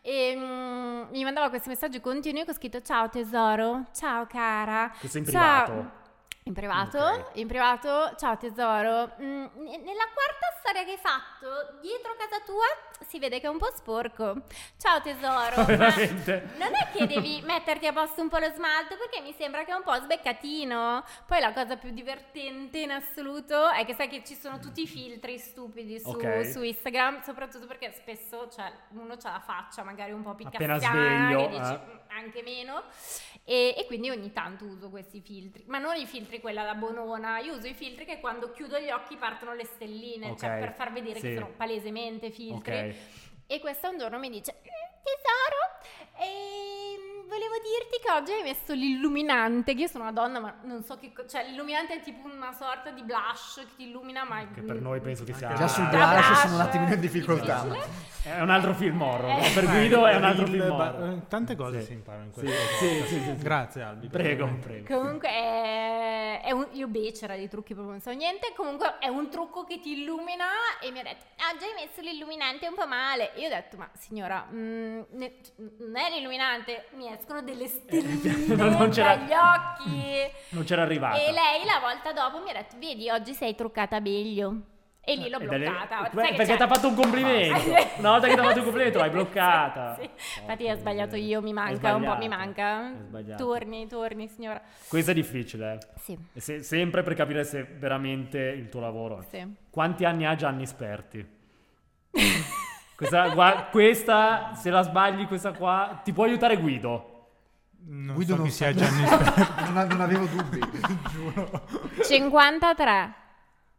Speaker 1: E mm, mi mandava questi messaggi continui con scritto ciao tesoro, ciao cara.
Speaker 2: Questo in
Speaker 1: ciao-"
Speaker 2: privato.
Speaker 1: In privato,
Speaker 2: Ok.
Speaker 1: in privato, ciao tesoro, mm, ne- nella quarta storia che hai fatto dietro casa tua si vede che è un po' sporco. Ciao tesoro, ma
Speaker 2: Veramente.
Speaker 1: non è che devi metterti a posto un po' lo smalto perché mi sembra che è un po' sbeccatino. Poi la cosa più divertente in assoluto è che sai che ci sono tutti i filtri stupidi su,
Speaker 2: Ok.
Speaker 1: su Instagram, soprattutto perché spesso cioè, uno ha la faccia magari un po'
Speaker 2: Appena
Speaker 1: piccassiana,
Speaker 2: sveglio,
Speaker 1: che dici,
Speaker 2: eh.
Speaker 1: "Mm, anche meno. E, e quindi ogni tanto uso questi filtri, ma non i filtri quella da bonona, io uso i filtri che quando chiudo gli occhi partono le stelline,
Speaker 2: Ok.
Speaker 1: cioè per far vedere
Speaker 2: Sì.
Speaker 1: che sono palesemente filtri.
Speaker 2: Ok.
Speaker 1: E questa un giorno mi dice: "Mm, Tesoro, ehm, volevo dirti che oggi hai messo l'illuminante. Che io sono una donna, ma non so che. co- cioè, l'illuminante è tipo una sorta di blush che ti illumina, ma.
Speaker 2: Che per noi penso che sia... Ah,
Speaker 4: Già sul
Speaker 1: Da
Speaker 4: blush
Speaker 1: blush,
Speaker 4: sono un attimino in difficoltà.
Speaker 1: difficile.
Speaker 2: È un altro film horror.
Speaker 1: Eh.
Speaker 2: Per Guido è un altro
Speaker 3: Il
Speaker 2: film
Speaker 3: bar-
Speaker 2: horror.
Speaker 3: eh, Tante cose Eh.
Speaker 2: Sì.
Speaker 3: si imparano in
Speaker 2: Sì,
Speaker 3: questo
Speaker 2: sì, sì, sì, sì.
Speaker 3: Grazie Albi. per
Speaker 2: Prego,
Speaker 3: il momento.
Speaker 2: prego.
Speaker 1: Comunque, eh, è, è un, io becera dei trucchi proprio non so niente, comunque è un trucco che ti illumina e mi ha detto oggi hai messo l'illuminante un po' male. Io ho detto ma signora mm, ne- non è l'illuminante, mi escono delle stelline
Speaker 2: non c'era-
Speaker 1: dagli occhi.
Speaker 2: Non c'era arrivata.
Speaker 1: E lei la volta dopo mi ha detto vedi oggi sei truccata meglio. E lì l'ho
Speaker 2: E dalle-
Speaker 1: bloccata.
Speaker 2: Eh, Beh,
Speaker 1: Sai che c'è?
Speaker 2: perché
Speaker 1: Ah,
Speaker 2: ti ha fatto un complimento.
Speaker 1: Basta.
Speaker 2: Una volta che ti ha fatto un complimento, l'hai bloccata.
Speaker 1: Sì, sì. Infatti ha
Speaker 2: Ottimo,
Speaker 1: sbagliato
Speaker 2: bene.
Speaker 1: io, mi
Speaker 2: Hai
Speaker 1: manca un po', mi
Speaker 2: sbagliato.
Speaker 1: manca.
Speaker 2: Hai sbagliato.
Speaker 1: Torni, torni signora.
Speaker 2: Questo è difficile, eh.
Speaker 1: Sì,
Speaker 2: E se- sempre per capire se veramente il tuo lavoro è.
Speaker 1: sì.
Speaker 2: Quanti anni ha Gianni Sperti? Questa, gua- questa, se la sbagli, questa qua, ti può aiutare Guido.
Speaker 3: Non
Speaker 5: Guido
Speaker 3: so
Speaker 5: non
Speaker 3: chi
Speaker 5: sa-
Speaker 3: sia Gianni Sperti,
Speaker 5: non, a- non avevo dubbi.
Speaker 1: 53.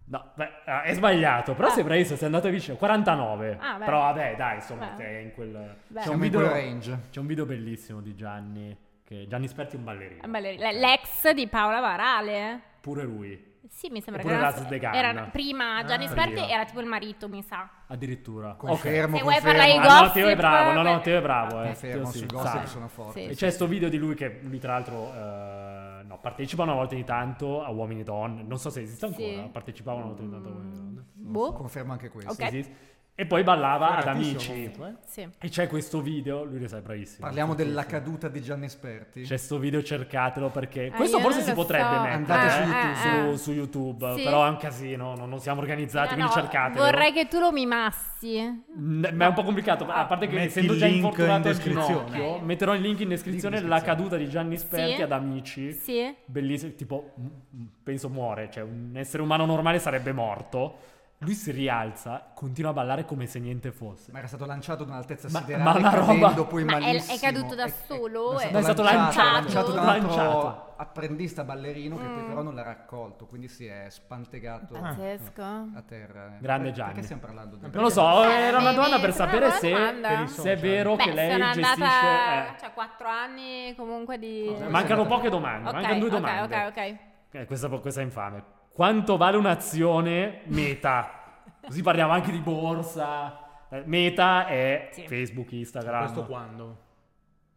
Speaker 2: No, beh, ah, è sbagliato, però
Speaker 1: Ah.
Speaker 2: sembra questo, sei andato vicino. 49.
Speaker 1: Ah, beh.
Speaker 2: però vabbè, dai, insomma,
Speaker 1: Beh.
Speaker 2: sei in quel...
Speaker 1: Beh.
Speaker 2: C'è, un
Speaker 5: Siamo in
Speaker 2: video,
Speaker 5: quel range.
Speaker 2: c'è un video bellissimo di Gianni, che Gianni Sperti è un ballerino.
Speaker 1: Ma le- le- L'ex di Paola Varale. eh.
Speaker 2: Pure lui,
Speaker 1: Sì, mi sembra
Speaker 2: Oppure
Speaker 1: che
Speaker 2: Raz De Ganna.
Speaker 1: era prima Gianni
Speaker 3: Ah.
Speaker 1: Sperti
Speaker 2: Prima.
Speaker 1: era tipo il marito, mi sa.
Speaker 2: addirittura. Ok.
Speaker 5: Confermo,
Speaker 1: Se vuoi
Speaker 5: confermo.
Speaker 1: parlare-
Speaker 2: Ah,
Speaker 1: I
Speaker 2: no,
Speaker 1: gossip,
Speaker 2: Teo è bravo, no, no,
Speaker 1: vabbè.
Speaker 2: Teo è bravo. Eh.
Speaker 5: Confermo,
Speaker 2: Teo sì,
Speaker 5: sui
Speaker 2: sa.
Speaker 5: gossip sono forti.
Speaker 1: Sì.
Speaker 2: E c'è sto video di lui che lui tra l'altro eh, no, partecipa una volta ogni tanto a Uomini e Donne, non so se esiste
Speaker 1: Sì.
Speaker 2: ancora, partecipava una volta ogni tanto a Uomini e Donne.
Speaker 1: Mm. Boh.
Speaker 5: Confermo anche questo.
Speaker 1: Ok.
Speaker 2: Esiste. E poi ballava ad
Speaker 3: Guardatissimo
Speaker 2: Amici.
Speaker 3: comunque, eh.
Speaker 1: Sì.
Speaker 2: E c'è questo video, lui lo sa, è bravissimo.
Speaker 5: Parliamo della caduta di Gianni Esperti.
Speaker 2: C'è sto video, cercatelo perché
Speaker 1: Ah,
Speaker 2: questo
Speaker 1: io
Speaker 2: forse
Speaker 1: non
Speaker 2: si
Speaker 1: lo
Speaker 2: potrebbe
Speaker 1: so.
Speaker 2: mettere
Speaker 5: Andate su
Speaker 2: eh,
Speaker 1: YouTube.
Speaker 2: su- su YouTube,
Speaker 1: Sì.
Speaker 2: però è un casino, non, non siamo organizzati,
Speaker 1: No, no,
Speaker 2: quindi cercatelo.
Speaker 1: vorrei che tu lo mimassi.
Speaker 2: Mm, Ma è un po' complicato, a parte che
Speaker 3: Metti
Speaker 2: essendo
Speaker 3: il
Speaker 2: già
Speaker 3: link in
Speaker 2: infortunato al
Speaker 3: descrizione.
Speaker 2: ginocchio,
Speaker 1: Ok.
Speaker 2: metterò il link in descrizione
Speaker 5: Link in
Speaker 2: la
Speaker 5: descrizione.
Speaker 2: caduta di Gianni Sperti
Speaker 1: Sì.
Speaker 2: ad Amici.
Speaker 1: Sì.
Speaker 2: bellissimo, tipo, m- m- penso muore, cioè un essere umano normale sarebbe morto. Lui si rialza, continua a ballare come se niente fosse.
Speaker 5: Ma era stato lanciato da un'altezza
Speaker 2: Ma-
Speaker 5: siderale,
Speaker 2: ma una roba-
Speaker 5: cadendo poi
Speaker 1: Ma è- è
Speaker 5: malissimo.
Speaker 1: caduto da solo,
Speaker 5: È,
Speaker 1: è-
Speaker 5: è, è stato lanciato, lanciato da un altro
Speaker 2: Lanciato.
Speaker 5: apprendista ballerino che poi
Speaker 1: Mm.
Speaker 5: però non l'ha raccolto, quindi si è spantegato
Speaker 1: Pazzesco.
Speaker 5: a terra.
Speaker 2: Grande
Speaker 5: Per-
Speaker 2: Gianni.
Speaker 5: Perché stiamo parlando di
Speaker 2: Non lo so,
Speaker 1: Eh,
Speaker 2: Oh, era una
Speaker 1: mi-
Speaker 2: domanda
Speaker 1: mi- sembra
Speaker 2: per sapere
Speaker 1: una
Speaker 2: se,
Speaker 1: domanda.
Speaker 2: per i social. se è vero
Speaker 1: Beh,
Speaker 2: che lei
Speaker 1: sono
Speaker 2: gestisce...
Speaker 1: andata...
Speaker 2: eh,
Speaker 1: Cioè, 4 anni comunque di...
Speaker 5: No, ma-
Speaker 2: mancano poche domande,
Speaker 1: Ok,
Speaker 2: mancano due
Speaker 1: ok,
Speaker 2: domande.
Speaker 1: ok, ok.
Speaker 2: Eh, questa, questa è infame. Quanto vale un'azione meta? Così parliamo anche di borsa. Eh, Meta è
Speaker 1: Sì.
Speaker 2: Facebook, Instagram.
Speaker 3: Cioè, Questo quando?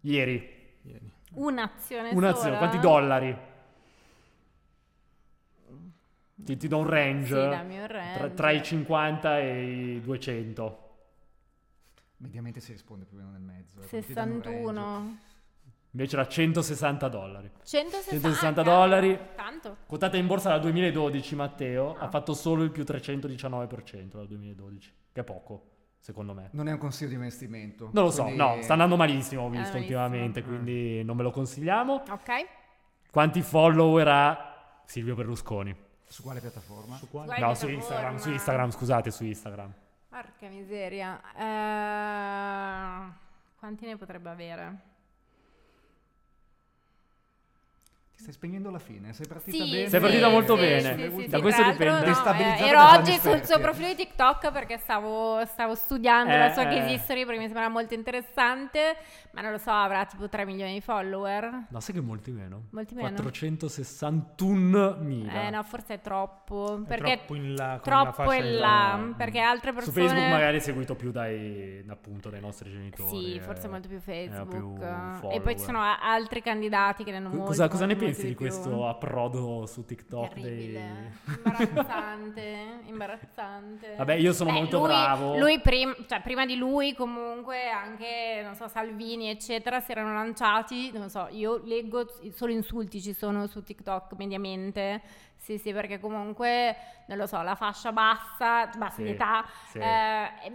Speaker 2: Ieri.
Speaker 3: Ieri.
Speaker 1: Un'azione
Speaker 2: Un'azione,
Speaker 1: sola?
Speaker 2: quanti dollari? Ti, ti do un range.
Speaker 1: Sì, dammi un range.
Speaker 2: Tra, tra i 50 e i 200.
Speaker 5: Mediamente si risponde più o meno nel mezzo. eh, quindi ti danno un range.
Speaker 1: 61.
Speaker 2: Invece era 160 dollari.
Speaker 1: 160,
Speaker 2: 160 dollari.
Speaker 1: Tanto.
Speaker 2: Quotata in borsa dal 2012, Matteo,
Speaker 1: Ah.
Speaker 2: ha fatto solo il più 319% dal 2012, che è poco, secondo me.
Speaker 5: Non è un consiglio di investimento.
Speaker 2: Non lo so,
Speaker 5: quindi-
Speaker 2: no, sta andando malissimo, ho visto
Speaker 1: malissimo. Ah.
Speaker 2: ultimamente, quindi non me lo consigliamo.
Speaker 1: Ok.
Speaker 2: Quanti follower ha Silvio Berlusconi?
Speaker 5: Su quale piattaforma?
Speaker 3: Su quale?
Speaker 1: Quale
Speaker 2: no, su
Speaker 1: piattaforma?
Speaker 2: Instagram, su Instagram, scusate, su Instagram.
Speaker 1: Porca miseria. Eh, quanti ne potrebbe avere?
Speaker 5: Ti stai spegnendo alla fine, sei partita
Speaker 1: Sì,
Speaker 5: bene.
Speaker 2: Sei partita molto
Speaker 1: sì,
Speaker 2: bene.
Speaker 1: sì, sì,
Speaker 2: Da
Speaker 1: sì,
Speaker 2: questo
Speaker 1: tra l'altro,
Speaker 2: dipende.
Speaker 1: no, eh,
Speaker 5: Destabilizzata
Speaker 1: ero
Speaker 5: da
Speaker 1: oggi sul
Speaker 5: Giuseppe.
Speaker 1: suo profilo di TikTok perché stavo, stavo studiando
Speaker 2: Eh,
Speaker 1: la sua
Speaker 2: eh.
Speaker 1: case history perché mi sembrava molto interessante, ma non lo so, avrà tipo 3 milioni di follower.
Speaker 2: No, sai che molti meno?
Speaker 1: Molti meno?
Speaker 2: 461.000.
Speaker 1: Eh no, forse è troppo.
Speaker 3: È
Speaker 1: perché
Speaker 3: troppo in là. con la
Speaker 1: troppo
Speaker 3: fascia
Speaker 1: in
Speaker 3: di-
Speaker 1: là,
Speaker 2: no.
Speaker 1: perché altre
Speaker 2: Su
Speaker 1: persone...
Speaker 2: Facebook magari è seguito più dai, appunto, dai nostri genitori.
Speaker 1: Sì,
Speaker 2: eh,
Speaker 1: forse molto più
Speaker 2: eh,
Speaker 1: Facebook.
Speaker 2: più
Speaker 1: e poi
Speaker 2: follower.
Speaker 1: ci sono a- altri candidati che ne hanno
Speaker 2: Co-
Speaker 1: molti.
Speaker 2: Cosa, cosa ne
Speaker 1: molti,
Speaker 2: pensi di,
Speaker 1: molti più.
Speaker 2: questo approdo su TikTok?
Speaker 1: Terribile,
Speaker 2: dei-
Speaker 1: imbarazzante, imbarazzante.
Speaker 2: Vabbè, io sono
Speaker 1: Beh,
Speaker 2: molto
Speaker 1: lui-
Speaker 2: bravo.
Speaker 1: Lui prim- cioè, prima di lui comunque anche, non so, Salvini eccetera si erano lanciati, non so, io leggo solo insulti ci sono su TikTok mediamente, sì sì perché comunque, non lo so, la fascia bassa, bassa di
Speaker 2: Sì,
Speaker 1: età,
Speaker 2: sì.
Speaker 1: eh, è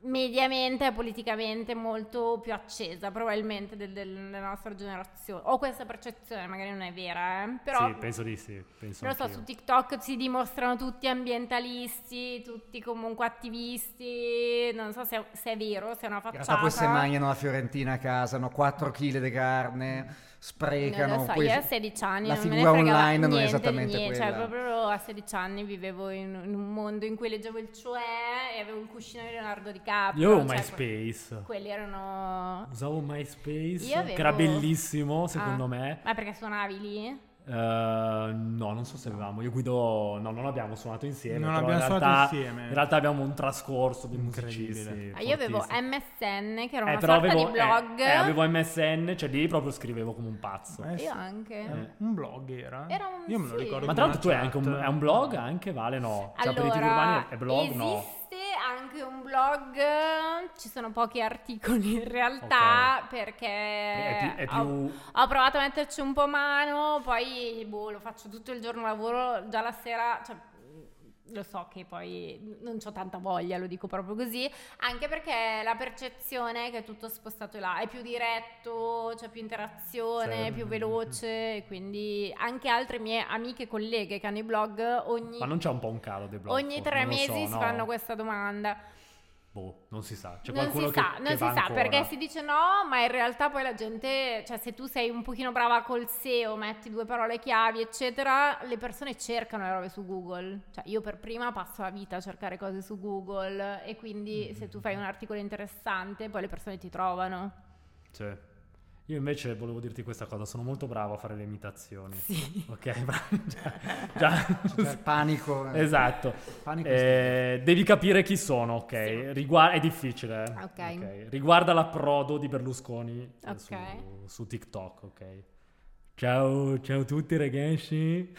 Speaker 1: mediamente e politicamente molto più accesa probabilmente del- del- della nostra generazione. Ho questa percezione, magari non è vera, eh, però...
Speaker 2: Sì, penso di sì. Penso
Speaker 1: Non lo so,
Speaker 2: anch'io.
Speaker 1: su TikTok si dimostrano tutti ambientalisti, tutti comunque attivisti, non so se, se è vero, se è una
Speaker 5: In realtà
Speaker 1: facciata.
Speaker 5: poi se mangiano la Fiorentina a casa, hanno 4 kg di carne, sprecano.
Speaker 1: Non lo so,
Speaker 5: poi
Speaker 1: io a 16 anni
Speaker 5: La
Speaker 1: non me ne
Speaker 5: figura
Speaker 1: fregava
Speaker 5: online non è
Speaker 1: niente di
Speaker 5: esattamente
Speaker 1: niente,
Speaker 5: quella.
Speaker 1: Cioè, proprio a 16 anni vivevo in, in un mondo in cui leggevo il cioè e avevo il cuscino di Leonardo DiCaprio.
Speaker 2: Io avevo
Speaker 1: cioè,
Speaker 2: MySpace.
Speaker 1: Quelli erano...
Speaker 2: Usavo MySpace,
Speaker 1: Io avevo-
Speaker 2: che era bellissimo, secondo
Speaker 1: Ah.
Speaker 2: me.
Speaker 1: Ma perché suonavi lì?
Speaker 2: Eh, no, non so se avevamo. Io guido. No, non abbiamo suonato insieme.
Speaker 3: Non
Speaker 2: però
Speaker 3: abbiamo
Speaker 2: in
Speaker 3: suonato
Speaker 2: realtà-
Speaker 3: insieme.
Speaker 2: In realtà abbiamo un trascorso di
Speaker 3: Incredibile.
Speaker 2: musicisti.
Speaker 1: Ah, io avevo
Speaker 2: fortissimi.
Speaker 1: MSN, che era
Speaker 2: Eh,
Speaker 1: una
Speaker 2: però
Speaker 1: sorta
Speaker 2: avevo,
Speaker 1: di blog.
Speaker 2: eh, eh, avevo MSN, cioè lì proprio scrivevo come un pazzo.
Speaker 3: Eh, sì.
Speaker 1: Io anche.
Speaker 3: Era
Speaker 2: Eh.
Speaker 3: Un blog era?
Speaker 1: Era un-
Speaker 3: Io me lo
Speaker 1: sì.
Speaker 3: ricordo.
Speaker 2: Ma
Speaker 3: come
Speaker 2: tra l'altro tu
Speaker 3: una
Speaker 2: hai anche un,
Speaker 3: chat.
Speaker 2: è un blog anche, Vale? No. Cioè, aperitivi
Speaker 1: Allora,
Speaker 2: urbani è blog? No.
Speaker 1: esiste anche un blog, ci sono pochi articoli in realtà perché
Speaker 2: È più, è
Speaker 1: ho-
Speaker 2: più-
Speaker 1: Ho provato a metterci un po' mano, poi boh, lo faccio tutto il giorno lavoro, già la sera, cioè, mh, lo so che poi non ho tanta voglia, lo dico proprio così, anche perché la percezione è che è tutto spostato là, è più diretto, c'è più interazione,
Speaker 2: Sì.
Speaker 1: è più veloce, e quindi anche altre mie amiche e colleghe che hanno i blog, ogni,
Speaker 2: Ma non c'è un po' un calo dei blog?
Speaker 1: ogni
Speaker 2: forse?
Speaker 1: tre
Speaker 2: Non lo so,
Speaker 1: mesi si
Speaker 2: no.
Speaker 1: fanno questa domanda.
Speaker 2: Boh, non si sa. C'è
Speaker 1: non si
Speaker 2: qualcuno che,
Speaker 1: sa,
Speaker 2: che
Speaker 1: non si
Speaker 2: va
Speaker 1: sa
Speaker 2: ancora.
Speaker 1: perché si dice no, ma in realtà poi la gente, cioè se tu sei un pochino brava col SEO, metti due parole chiavi, eccetera, le persone cercano le robe su Google. Cioè io per prima passo la vita a cercare cose su Google e
Speaker 2: Mm.
Speaker 1: quindi se tu fai un articolo interessante, poi le persone ti trovano.
Speaker 2: Cioè, Io invece volevo dirti questa cosa, sono molto bravo a fare le imitazioni.
Speaker 1: Sì.
Speaker 2: Ok, ma- già,
Speaker 5: Cioè, il panico. eh.
Speaker 2: esatto.
Speaker 5: Panico
Speaker 2: Eh, devi capire chi sono, ok?
Speaker 1: Sì.
Speaker 2: Rigua- è difficile. eh.
Speaker 1: Ok.
Speaker 2: Ok. Riguarda l'approdo di Berlusconi eh,
Speaker 1: Ok.
Speaker 2: su, su TikTok, ok? Ciao, ciao a tutti ragazzi.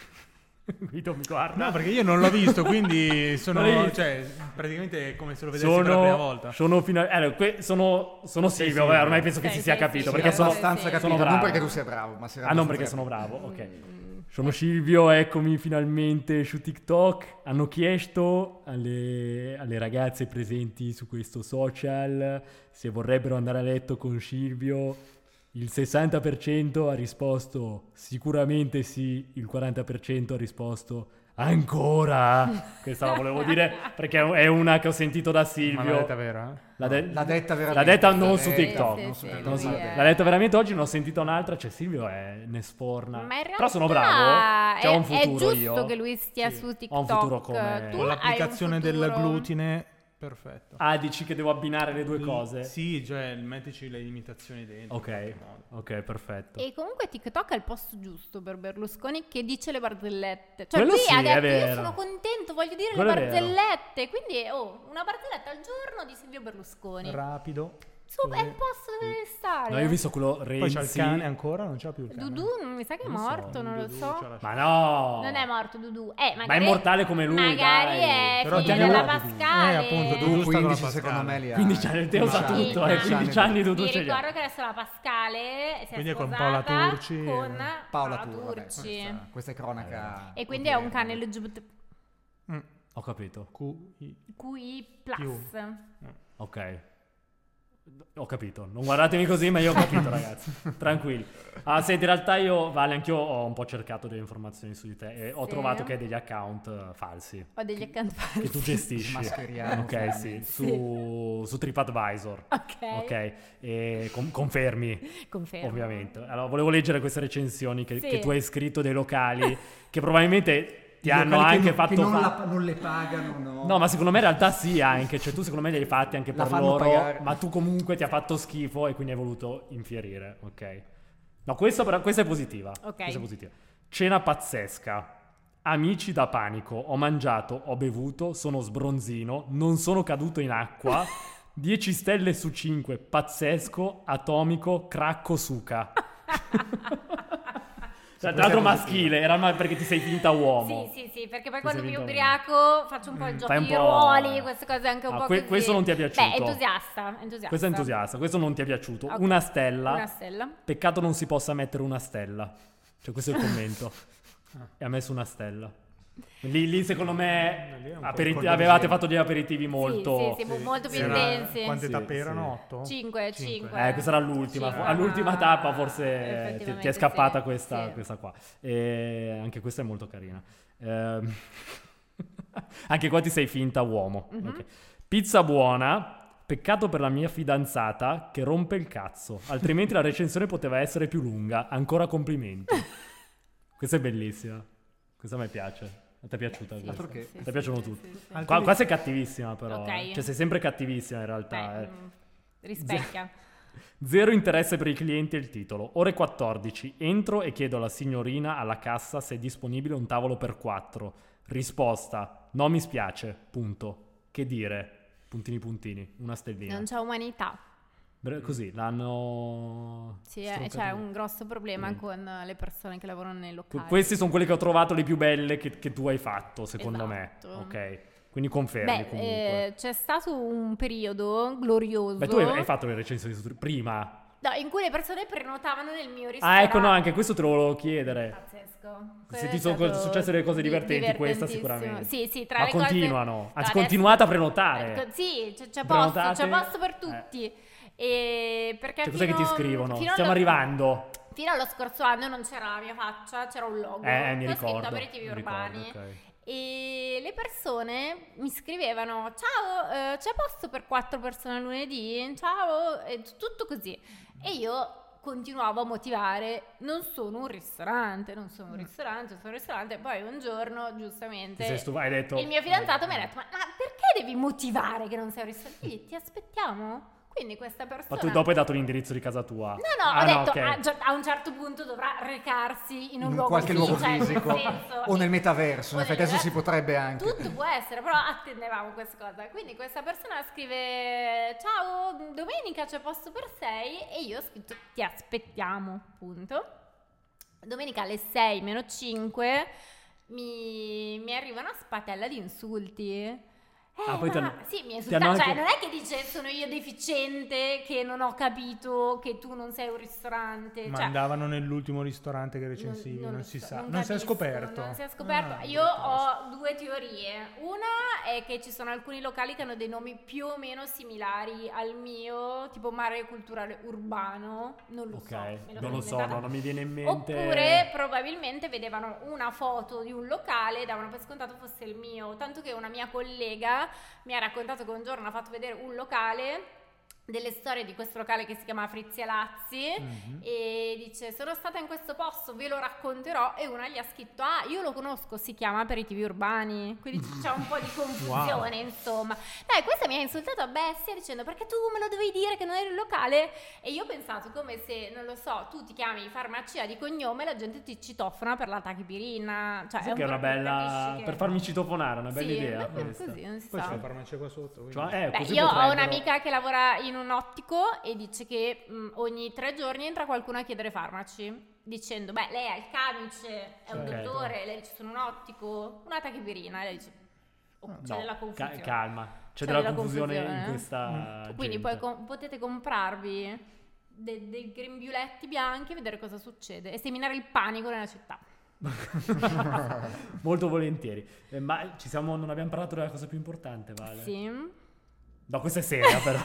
Speaker 2: Guido mi guarda.
Speaker 3: No, perché io non l'ho visto, quindi sono.
Speaker 2: Non l'hai visto?
Speaker 3: cioè, praticamente è come se lo vedessi per la prima
Speaker 2: sono,
Speaker 3: volta.
Speaker 2: sono fino a- eh, que- sono, sono
Speaker 3: Sei
Speaker 2: Silvio,
Speaker 3: Silvio.
Speaker 2: ormai penso che
Speaker 1: Sei-
Speaker 2: si sia
Speaker 1: sei
Speaker 2: capito,
Speaker 1: Silvio.
Speaker 2: perché
Speaker 5: Perché
Speaker 1: Sì,
Speaker 2: sono...
Speaker 1: sì,
Speaker 5: abbastanza
Speaker 1: sì.
Speaker 5: capito,
Speaker 2: Sono
Speaker 5: non
Speaker 2: bravo.
Speaker 5: perché tu sei bravo, ma sei
Speaker 2: Ah non perché sono
Speaker 5: abbastanza
Speaker 2: bravo, ok.
Speaker 1: Mm.
Speaker 2: Sono Silvio, eccomi finalmente su TikTok. Hanno chiesto alle, alle ragazze presenti su questo social se vorrebbero andare a letto con Silvio. Il 60% ha risposto sicuramente sì, il 40% ha risposto ancora. Questa la volevo dire perché è una che ho sentito da
Speaker 3: Ma eh? l'ha
Speaker 2: Silvio.
Speaker 3: detta vera?
Speaker 2: La de-
Speaker 5: L'ha detta veramente.
Speaker 2: L'ha detta non su
Speaker 5: L'ha detta,
Speaker 2: TikTok.
Speaker 5: non su
Speaker 1: Sì,
Speaker 5: TikTok.
Speaker 2: non
Speaker 1: lui
Speaker 2: so-
Speaker 4: eh.
Speaker 1: è-
Speaker 2: L'ha detta veramente oggi, ne ho sentita un'altra, cioè Silvio è, ne sforna.
Speaker 1: Ma in realtà
Speaker 2: Però sono bravo, eh. c'è
Speaker 1: è,
Speaker 2: un
Speaker 1: è
Speaker 2: futuro
Speaker 1: giusto
Speaker 2: io.
Speaker 1: che lui stia
Speaker 3: Sì.
Speaker 1: su TikTok.
Speaker 2: Ho un futuro come-
Speaker 1: Tu
Speaker 2: Con
Speaker 3: Con
Speaker 1: hai un
Speaker 3: l'applicazione del
Speaker 1: futuro-
Speaker 3: glutine, perfetto.
Speaker 2: Ah, dici che devo abbinare le due
Speaker 3: L-
Speaker 2: cose?
Speaker 3: Sì, cioè, mettici le imitazioni dentro.
Speaker 2: Ok,
Speaker 3: in qualche modo.
Speaker 2: ok, perfetto.
Speaker 1: E comunque TikTok è il posto giusto per Berlusconi che dice le barzellette. Cioè
Speaker 2: Quello
Speaker 1: lui
Speaker 2: sì,
Speaker 1: ha
Speaker 2: è
Speaker 1: detto
Speaker 2: vero.
Speaker 1: io sono contento, voglio dire
Speaker 2: Quello è
Speaker 1: le
Speaker 2: vero.
Speaker 1: barzellette. Quindi oh, una barzelletta al giorno di Silvio Berlusconi.
Speaker 3: Rapido.
Speaker 1: Su, è il
Speaker 3: Così.
Speaker 1: posto dove devi stare.
Speaker 2: No, io ho visto quello Renzi.
Speaker 3: Poi c'è il cane ancora, non c'è più il cane.
Speaker 1: Dudu non mi sa che è
Speaker 2: Non lo so,
Speaker 1: morto, non lo
Speaker 3: Dudu
Speaker 1: so.
Speaker 3: c'ha la-
Speaker 2: Ma no!
Speaker 1: Non è morto Dudu. Eh, magari,
Speaker 2: Ma è immortale come lui,
Speaker 1: Magari
Speaker 2: dai.
Speaker 1: è
Speaker 3: Però
Speaker 1: figlio
Speaker 3: Dudu-
Speaker 1: della
Speaker 3: Dudu-
Speaker 1: Pascale.
Speaker 3: eh, appunto,
Speaker 5: Tu
Speaker 3: Dudu- Giusto,
Speaker 5: 15
Speaker 3: con la
Speaker 5: secondo me
Speaker 3: Pascal.
Speaker 5: li ha.
Speaker 2: 15 anni, te lo sa
Speaker 5: 15
Speaker 2: tutto,
Speaker 1: anni.
Speaker 2: eh, 15 anni tu, tu
Speaker 1: Mi
Speaker 2: ce li hai.
Speaker 1: ricordo che adesso la Pascale si è
Speaker 3: Quindi è con
Speaker 1: sposata
Speaker 3: Paola Turci e-
Speaker 1: con
Speaker 5: Paola
Speaker 1: Paola
Speaker 5: Turci. vabbè,
Speaker 1: Ah, Turci.
Speaker 5: questa, questa è cronaca.
Speaker 2: Eh.
Speaker 1: E quindi è un
Speaker 5: odierna.
Speaker 1: cane LGBT
Speaker 3: Mm.
Speaker 2: Ho capito,
Speaker 3: Q, I.
Speaker 1: QI+.
Speaker 3: Più.
Speaker 2: ok. Ho capito, non guardatemi così, ma io ho capito, ragazzi. Tranquilli. Ah, senti, in realtà io, Vale, anch'io ho un po' cercato delle informazioni su di te e ho
Speaker 1: Sì.
Speaker 2: trovato che hai degli account eh, falsi.
Speaker 1: Ho degli account falsi.
Speaker 2: che tu gestisci.
Speaker 5: Smascheriamo,
Speaker 2: Ok, sì, su, su TripAdvisor.
Speaker 1: Ok.
Speaker 2: Ok, e con- confermi,
Speaker 1: Confermo.
Speaker 2: ovviamente. Allora, volevo leggere queste recensioni che,
Speaker 1: Sì.
Speaker 2: che tu hai scritto dei locali, che probabilmente ti
Speaker 5: I
Speaker 2: hanno
Speaker 5: locali che
Speaker 2: anche
Speaker 5: non-
Speaker 2: fatto...
Speaker 5: che non,
Speaker 2: fa-
Speaker 5: la- non le pagano, no.
Speaker 2: No, ma secondo me in realtà sì anche, cioè tu secondo me li hai fatti anche
Speaker 5: La
Speaker 2: per
Speaker 5: fanno
Speaker 2: loro,
Speaker 5: pagare.
Speaker 2: ma tu comunque ti ha fatto schifo e quindi hai voluto infierire, ok? No, questa, però- questa è positiva.
Speaker 1: Ok.
Speaker 2: Questa è positiva. Cena pazzesca. Amici da panico, ho mangiato, ho bevuto, sono sbronzino, non sono caduto in acqua. 10 stelle su 5, pazzesco, atomico, cracco suca. Cioè, tra l'altro maschile, era ma- perché ti sei finta uomo.
Speaker 1: Sì, sì, sì, perché poi
Speaker 2: Ti sei
Speaker 1: quando mi
Speaker 2: vinto un- Mm,
Speaker 1: ubriaco faccio un po' il gioco
Speaker 2: fai un
Speaker 1: di
Speaker 2: po'-
Speaker 1: ruoli, queste cose anche un
Speaker 2: Ah,
Speaker 1: po'
Speaker 2: que-
Speaker 1: così.
Speaker 2: questo non ti è
Speaker 1: Beh,
Speaker 2: piaciuto.
Speaker 1: entusiasta, entusiasta.
Speaker 2: Questo è entusiasta, questo non ti è piaciuto.
Speaker 1: Ok.
Speaker 2: Una stella.
Speaker 1: Una stella.
Speaker 2: Peccato non si possa mettere una stella. Cioè, questo è il commento. e ha messo una stella. Lì, lì, secondo me,
Speaker 3: Lì è un po'
Speaker 2: aperiti-
Speaker 3: contagioso.
Speaker 2: avevate fatto degli aperitivi molto...
Speaker 1: Sì, sì, sì, molto più
Speaker 3: Era-
Speaker 1: intensi.
Speaker 3: Quante
Speaker 2: Sì,
Speaker 3: tappe
Speaker 2: sì.
Speaker 3: erano? 8?
Speaker 1: Cinque, cinque.
Speaker 2: Oh. Eh, questa era l'ultima.
Speaker 1: Sì,
Speaker 2: fo-
Speaker 1: ma-
Speaker 2: All'ultima tappa forse ti- ti,
Speaker 1: effettivamente
Speaker 2: è scappata
Speaker 1: sì,
Speaker 2: questa,
Speaker 1: sì.
Speaker 2: questa qua. E anche questa è molto carina. Ehm, anche qua ti sei finta uomo.
Speaker 1: Mhm.
Speaker 2: Ok. Pizza buona. Peccato per la mia fidanzata che rompe il cazzo. Altrimenti la recensione poteva essere più lunga. Ancora complimenti. questa è bellissima. Questa mi piace. A te è piaciuta
Speaker 1: Sì,
Speaker 2: questa?
Speaker 5: Altro che-
Speaker 1: sì,
Speaker 2: Ti
Speaker 1: sì,
Speaker 2: piacciono
Speaker 1: sì,
Speaker 2: tutti.
Speaker 1: sì, sì.
Speaker 3: Altri-
Speaker 2: Qua, qua sei cattivissima però.
Speaker 1: Ok.
Speaker 2: eh. Cioè sei sempre cattivissima in realtà.
Speaker 1: Beh,
Speaker 2: eh.
Speaker 1: mm, rispecchia.
Speaker 2: Zero interesse per i clienti e il titolo. Ore 14. Entro e chiedo alla signorina alla cassa se è disponibile un tavolo per quattro. Risposta: No, mi spiace. Punto. Che dire? Puntini puntini, una stellina.
Speaker 1: Non c'è umanità.
Speaker 2: Bre- così l'hanno
Speaker 1: Sì, eh,
Speaker 2: stroncato.
Speaker 1: c'è un grosso problema
Speaker 2: Mm.
Speaker 1: con eh, le persone che lavorano nei
Speaker 2: Que-
Speaker 1: locali.
Speaker 2: Questi sono quelli che ho trovato le più belle che, che tu hai fatto, secondo
Speaker 1: Esatto.
Speaker 2: me. Ok. Quindi confermi
Speaker 1: Beh,
Speaker 2: comunque.
Speaker 1: eh, c'è stato un periodo glorioso
Speaker 2: Beh, tu hai hai fatto le recensioni su- prima.
Speaker 1: no, in cui le persone prenotavano nel mio
Speaker 2: Ah,
Speaker 1: ristorante.
Speaker 2: ecco, no, anche questo te lo volevo chiedere.
Speaker 1: Pazzesco.
Speaker 2: Se
Speaker 1: Quello
Speaker 2: ti
Speaker 1: è
Speaker 2: sono co-
Speaker 1: stato
Speaker 2: successe delle cose
Speaker 1: di-
Speaker 2: divertenti, questa
Speaker 1: divertentissimo.
Speaker 2: sicuramente.
Speaker 1: Sì, sì, tra
Speaker 2: Ma
Speaker 1: le
Speaker 2: continuano.
Speaker 1: cose...
Speaker 2: Anzi,
Speaker 1: adesso-
Speaker 2: continuate a prenotare.
Speaker 1: Ecco, Sì, c'è, c'è posto,
Speaker 2: Prenotate.
Speaker 1: c'è posto per
Speaker 2: Eh.
Speaker 1: tutti. E perché
Speaker 2: Cioè, cos'è che ti
Speaker 1: fino-
Speaker 2: scrivono?
Speaker 1: fino
Speaker 2: Stiamo
Speaker 1: allo-
Speaker 2: arrivando.
Speaker 1: Fino allo scorso anno non c'era la mia faccia, c'era un logo.
Speaker 2: Eh, mi
Speaker 1: Ho
Speaker 2: ricordo.
Speaker 1: scritto aperitivi
Speaker 2: mi
Speaker 1: urbani.
Speaker 2: ricordo, ok.
Speaker 1: E le persone mi scrivevano: Ciao, eh, c'è posto per quattro persone lunedì? Ciao, e t- tutto così. E io continuavo a motivare: Non sono un ristorante, non sono un ristorante, non sono un ristorante. Poi un giorno,
Speaker 2: Mm. Ti sei Eh.
Speaker 1: giustamente,
Speaker 2: stufa- hai detto...
Speaker 1: il mio fidanzato mi ha detto: Ma, ma perché devi motivare che non sei un ristorante? Io, Ti aspettiamo. Quindi questa
Speaker 2: Ma
Speaker 1: persona.
Speaker 2: tu dopo hai dato l'indirizzo di casa tua.
Speaker 1: No, no,
Speaker 2: Ah,
Speaker 1: ho detto
Speaker 2: ok.
Speaker 1: a, gi- a un certo punto dovrà recarsi in un
Speaker 5: In
Speaker 1: luogo
Speaker 5: qualche
Speaker 1: così,
Speaker 5: luogo
Speaker 1: cioè, nel
Speaker 5: fisico.
Speaker 1: senso,
Speaker 5: o nel metaverso, in
Speaker 1: o nel
Speaker 5: effetti adesso si
Speaker 1: metaverso.
Speaker 5: potrebbe anche.
Speaker 1: Tutto può essere, però attendevamo questa cosa. Quindi questa persona scrive: Ciao, domenica c'è posto per 6 e io ho scritto ti aspettiamo, punto. Domenica alle 6 meno 5 mi, mi arriva una spatella di insulti. Eh,
Speaker 2: Ah, poi ti
Speaker 1: ma-
Speaker 2: hanno-
Speaker 1: sì, mi
Speaker 2: ti hanno
Speaker 1: insulta, cioè
Speaker 2: anche-
Speaker 1: non è che dice sono io deficiente, che non ho capito, che tu non sei un ristorante.
Speaker 3: Ma
Speaker 1: cioè,
Speaker 3: andavano nell'ultimo ristorante che recensivi, non,
Speaker 1: lo
Speaker 3: si
Speaker 1: so,
Speaker 3: sa. Non, si è
Speaker 1: capisco,
Speaker 3: scoperto.
Speaker 1: Non si è scoperto.
Speaker 3: Ah,
Speaker 1: Io
Speaker 3: brutto.
Speaker 1: ho due teorie. Una è che ci sono alcuni locali che hanno dei nomi più o meno similari al mio, tipo Mare Culturale Urbano. Non lo
Speaker 2: Ok,
Speaker 1: so. me
Speaker 2: non lo
Speaker 1: sono
Speaker 2: so,
Speaker 1: inventata.
Speaker 2: no, non mi viene in mente.
Speaker 1: Oppure probabilmente vedevano una foto di un locale e davano per scontato fosse il mio, tanto che una mia collega mi ha raccontato che un giorno ha fatto vedere un locale, delle storie di questo locale che si chiama Frizia Lazzi
Speaker 3: Mhm.
Speaker 1: e dice sono stata in questo posto, ve lo racconterò e una gli ha scritto ah io lo conosco, si chiama Aperitivi Urbani, quindi c- c'è un po' di confusione insomma. No, e questa mi ha insultato a bestia dicendo perché tu me lo dovevi dire che non eri il locale e io ho pensato come se, non lo so, tu ti chiami farmacia di cognome e la gente ti citofona per la tachipirina, cioè
Speaker 2: Sai che è
Speaker 1: un
Speaker 2: una
Speaker 1: po'
Speaker 2: bella...
Speaker 1: capisci che-
Speaker 2: Per farmi citofonare, una bella
Speaker 1: Sì,
Speaker 2: idea
Speaker 1: beh,
Speaker 2: questa.
Speaker 1: così, non si
Speaker 3: Poi
Speaker 1: sa.
Speaker 3: c'è la farmacia qua sotto. quindi-
Speaker 2: Cioè, eh,
Speaker 1: Beh,
Speaker 2: così
Speaker 1: io ho
Speaker 2: potrebbero-
Speaker 1: un'amica che lavora in un ottico e dice che mh, ogni tre giorni entra qualcuno a chiedere farmaci dicendo, beh, lei ha il camice, è un
Speaker 2: Certo.
Speaker 1: dottore, lei dice sono un ottico, una tachipirina, e lei dice, oh, c'è
Speaker 2: No,
Speaker 1: della
Speaker 2: ca-
Speaker 1: confusione.
Speaker 2: calma, c'è, della, confusione, in
Speaker 1: confusione. eh? Mm.
Speaker 2: questa
Speaker 1: Quindi
Speaker 2: gente.
Speaker 1: poi com- potete comprarvi de- dei grembiuletti bianchi e vedere cosa succede e seminare il panico nella città.
Speaker 2: Molto volentieri. Eh, ma ci siamo, non abbiamo parlato della cosa più importante, Vale.
Speaker 1: Sì.
Speaker 2: No, questa è seria, però.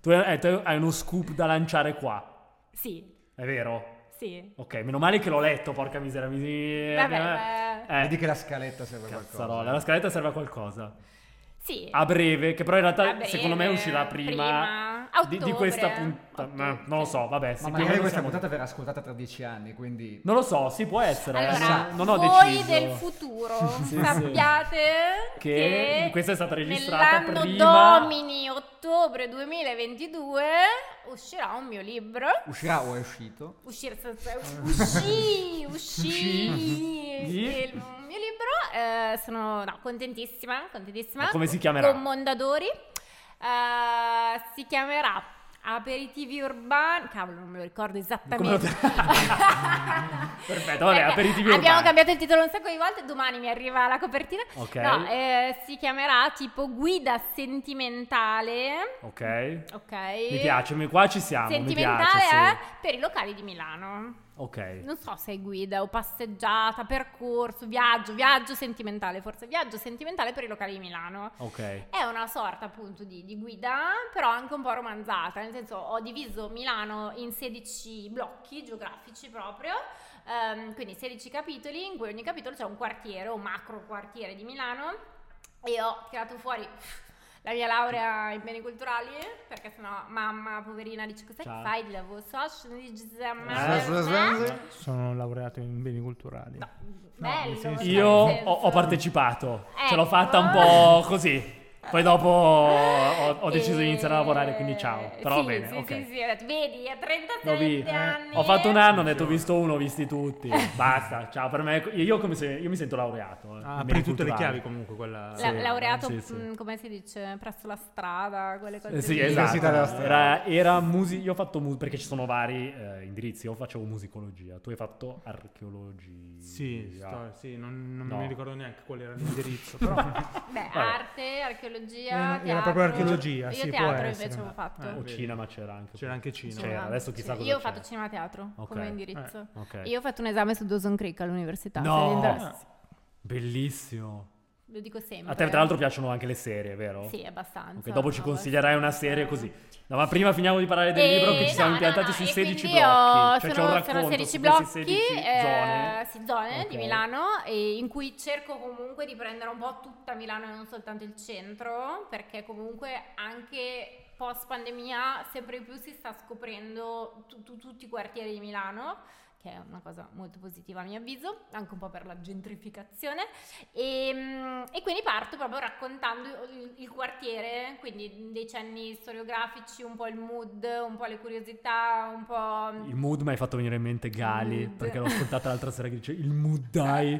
Speaker 2: tu, hai, eh, tu hai uno scoop da lanciare qua,
Speaker 1: Sì,
Speaker 2: è vero?
Speaker 1: sì.
Speaker 2: Ok, meno male che l'ho letto, porca misera. Mi...
Speaker 1: Vabbè,
Speaker 2: eh,
Speaker 5: Vedi che la scaletta serve a
Speaker 2: cazzarola,
Speaker 5: qualcosa.
Speaker 2: la scaletta serve a qualcosa.
Speaker 1: Sì.
Speaker 2: A breve, che però in realtà
Speaker 1: A breve,
Speaker 2: secondo me uscirà prima,
Speaker 1: eh, prima.
Speaker 2: di, di questa
Speaker 1: Ottobre.
Speaker 2: puntata.
Speaker 1: Ottobre.
Speaker 2: Non lo so, vabbè.
Speaker 5: Ma
Speaker 2: sicuramente
Speaker 5: magari questa
Speaker 2: siamo-
Speaker 5: puntata verrà ascoltata tra dieci anni, quindi
Speaker 2: Non lo so, sì, può essere. eh,
Speaker 1: Allora,
Speaker 2: non, non ho
Speaker 1: voi
Speaker 2: deciso.
Speaker 1: del futuro
Speaker 2: Sì,
Speaker 1: sappiate
Speaker 2: Che
Speaker 1: che,
Speaker 2: questa è stata registrata
Speaker 1: nell'anno
Speaker 2: prima-
Speaker 1: domini ottobre 2022 uscirà un mio libro.
Speaker 5: uscirà o è uscito.
Speaker 1: Uscire, uscì, uscì.
Speaker 2: Di?
Speaker 1: Il mio libro, eh, sono no, contentissima, contentissima.
Speaker 2: Ma come si chiamerà?
Speaker 1: Con Mondadori. Eh, si chiamerà Aperitivi Urbani. Cavolo, non me lo ricordo esattamente.
Speaker 2: Perfetto, vabbè,
Speaker 1: Perché
Speaker 2: aperitivi
Speaker 1: Abbiamo
Speaker 2: urbani.
Speaker 1: cambiato il titolo un sacco di volte, domani mi arriva la copertina.
Speaker 2: Ok.
Speaker 1: No, eh, si chiamerà tipo Guida Sentimentale.
Speaker 2: Ok.
Speaker 1: Ok.
Speaker 2: Mi piace, mi- qua ci siamo.
Speaker 1: Sentimentale
Speaker 2: mi piace, sì.
Speaker 1: eh, per i locali di Milano.
Speaker 2: Ok.
Speaker 1: Non so se è guida o passeggiata, percorso, viaggio, viaggio sentimentale, forse viaggio sentimentale per i locali di Milano.
Speaker 2: Ok.
Speaker 1: È una sorta appunto di, di guida, però anche un po' romanzata, nel senso ho diviso Milano in 16 blocchi geografici proprio, ehm, quindi 16 capitoli, in cui ogni capitolo c'è un quartiere, un macro quartiere di Milano e ho tirato fuori la mia laurea in beni culturali, perché sennò mamma poverina dice cos'è
Speaker 2: Ciao.
Speaker 1: che fai di eh?" lavoro social, dice,
Speaker 3: Eh? Sono laureato in beni culturali.
Speaker 1: bello.
Speaker 3: nel senso-
Speaker 1: cioè,
Speaker 2: Io
Speaker 1: nel
Speaker 2: ho, ho
Speaker 1: senso-
Speaker 2: partecipato. Ce l'ho
Speaker 1: Ecco.
Speaker 2: fatta un po' così. Poi dopo ho, ho deciso
Speaker 1: E-
Speaker 2: di iniziare a lavorare, quindi ciao. Però
Speaker 1: Eh, sì,
Speaker 2: bene,
Speaker 1: sì,
Speaker 2: ok.
Speaker 1: sì, sì, ho detto, vedi, a
Speaker 2: L'ho
Speaker 1: 37
Speaker 2: vi- eh,
Speaker 1: anni.
Speaker 2: Ho fatto un anno, ho detto ho visto uno, ho visti tutti. Basta, ciao. Per me, io, come se, io mi sento laureato. eh, in
Speaker 3: Ah,
Speaker 2: beni
Speaker 3: apri tutte le
Speaker 2: culturali.
Speaker 3: chiavi comunque quella...
Speaker 1: La-
Speaker 2: Sì,
Speaker 1: laureato,
Speaker 2: sì, sì.
Speaker 1: mh, come si dice, presso la strada, quelle cose.
Speaker 2: Eh, sì,
Speaker 1: lì.
Speaker 2: esatto.
Speaker 5: Università della Strada.
Speaker 2: Era, era musi- io ho fatto mu- perché ci sono vari eh, indirizzi. Io facevo musicologia, tu hai fatto archeologia.
Speaker 3: Sì, sto- sì, non, non
Speaker 2: ah. No.
Speaker 3: mi ricordo neanche qual era l'indirizzo, però
Speaker 1: Beh,
Speaker 2: Vabbè.
Speaker 1: arte, archeologia,
Speaker 3: Era- era
Speaker 1: teatro.
Speaker 3: proprio archeologia,
Speaker 1: Io
Speaker 3: sì, può
Speaker 1: teatro
Speaker 3: essere,
Speaker 1: invece
Speaker 3: ma-
Speaker 1: ho fatto.
Speaker 3: eh,
Speaker 2: O cinema c'era anche.
Speaker 3: c'era anche Cina.
Speaker 2: Cioè,
Speaker 1: Cinema,
Speaker 2: adesso chissà
Speaker 1: sì.
Speaker 2: cosa
Speaker 1: Io ho
Speaker 2: c'è.
Speaker 1: fatto cinema teatro
Speaker 2: Ok. Eh,
Speaker 1: come indirizzo.
Speaker 2: Ok.
Speaker 1: Io ho fatto un esame su Dawson Creek all'università. se vi interessa.
Speaker 2: No, bellissimo.
Speaker 1: Lo dico sempre.
Speaker 2: A te, tra l'altro, piacedono anche le serie, vero?
Speaker 1: Sì, abbastanza.
Speaker 2: Ok, dopo ci
Speaker 1: abbastanza.
Speaker 2: consiglierai una serie così. No, ma prima finiamo di parlare del
Speaker 1: E-
Speaker 2: libro che ci siamo
Speaker 1: Eh, no, no,
Speaker 2: impiantati
Speaker 1: no,
Speaker 2: sui
Speaker 1: e
Speaker 2: 16
Speaker 1: quindi
Speaker 2: blocchi.
Speaker 1: ho-
Speaker 2: cioè, c'è
Speaker 1: sono,
Speaker 2: un
Speaker 1: sono
Speaker 2: racconto
Speaker 1: 16
Speaker 2: su queste
Speaker 1: blocchi,
Speaker 2: 16
Speaker 1: eh,
Speaker 2: zone.
Speaker 1: sì, zone di
Speaker 2: Ok.
Speaker 1: Milano, e in cui cerco comunque di prendere un po' tutta Milano e non soltanto il centro, perché comunque anche post pandemia sempre più si sta scoprendo tu- tu- tutti i quartieri di Milano che è una cosa molto positiva a mio avviso, anche un po' per la gentrificazione. E, mm, e quindi parto proprio raccontando il, il quartiere, quindi decenni storiografici, un po' il mood, un po' le curiosità, un po'...
Speaker 2: Il mood mi hai fatto venire in mente Gali,
Speaker 1: Mood.
Speaker 2: perché l'ho ascoltata l'altra sera che dice il mood dai.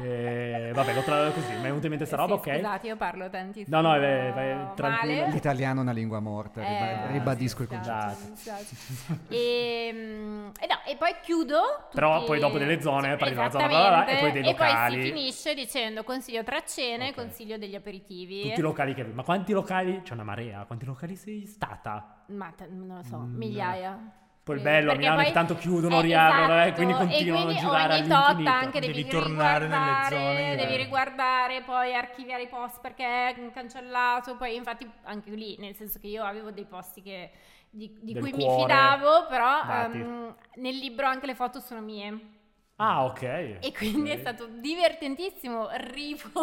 Speaker 2: E eh, vabbè, l'ho tra così, mi è venuta in mente sta
Speaker 1: Eh
Speaker 2: roba,
Speaker 1: sì,
Speaker 2: ok?
Speaker 1: Scusate, io parlo tantissimo.
Speaker 2: No, no, eh, vai- vai, tranquilla.
Speaker 1: male.
Speaker 5: L'italiano è una lingua morta, riba-
Speaker 1: Eh,
Speaker 5: ribadisco il
Speaker 1: mi
Speaker 5: concetto. Esatto.
Speaker 1: dispiace,
Speaker 2: concetto.
Speaker 1: mi dispiace. e, mm, e no, e poi chiudo. tutti-
Speaker 2: Però poi dopo delle zone, parli della zona, bla, bla, bla, e poi dei
Speaker 1: Esattamente.
Speaker 2: locali.
Speaker 1: E poi si finisce dicendo consiglio tre cene,
Speaker 2: Ok.
Speaker 1: consiglio degli aperitivi.
Speaker 2: Tutti i locali che avevi. Ma quanti locali? C'è una marea, quanti locali sei stata?
Speaker 1: Ma te- non lo so,
Speaker 2: Mm.
Speaker 1: migliaia.
Speaker 2: Poi il
Speaker 1: Eh,
Speaker 2: bello, a
Speaker 1: perché
Speaker 2: Milano
Speaker 1: poi-
Speaker 2: che tanto chiudono,
Speaker 1: eh,
Speaker 2: riaprono, eh,
Speaker 1: esatto,
Speaker 2: quindi
Speaker 1: e
Speaker 2: continuano
Speaker 1: quindi
Speaker 2: a girare
Speaker 1: ogni tot
Speaker 2: all'infinito.
Speaker 1: anche devi,
Speaker 3: Devi tornare nelle
Speaker 1: riguardare,
Speaker 3: zone,
Speaker 1: devi
Speaker 3: eh.
Speaker 1: riguardare, poi archiviare i post perché è cancellato, poi infatti anche lì, nel senso che io avevo dei posti che- di, di
Speaker 2: Del
Speaker 1: cui mi
Speaker 2: cuore,
Speaker 1: fidavo, però
Speaker 2: dati.
Speaker 1: ehm, nel libro anche le foto sono mie.
Speaker 2: Ah, ok.
Speaker 1: E quindi è
Speaker 2: Ok.
Speaker 1: stato divertentissimo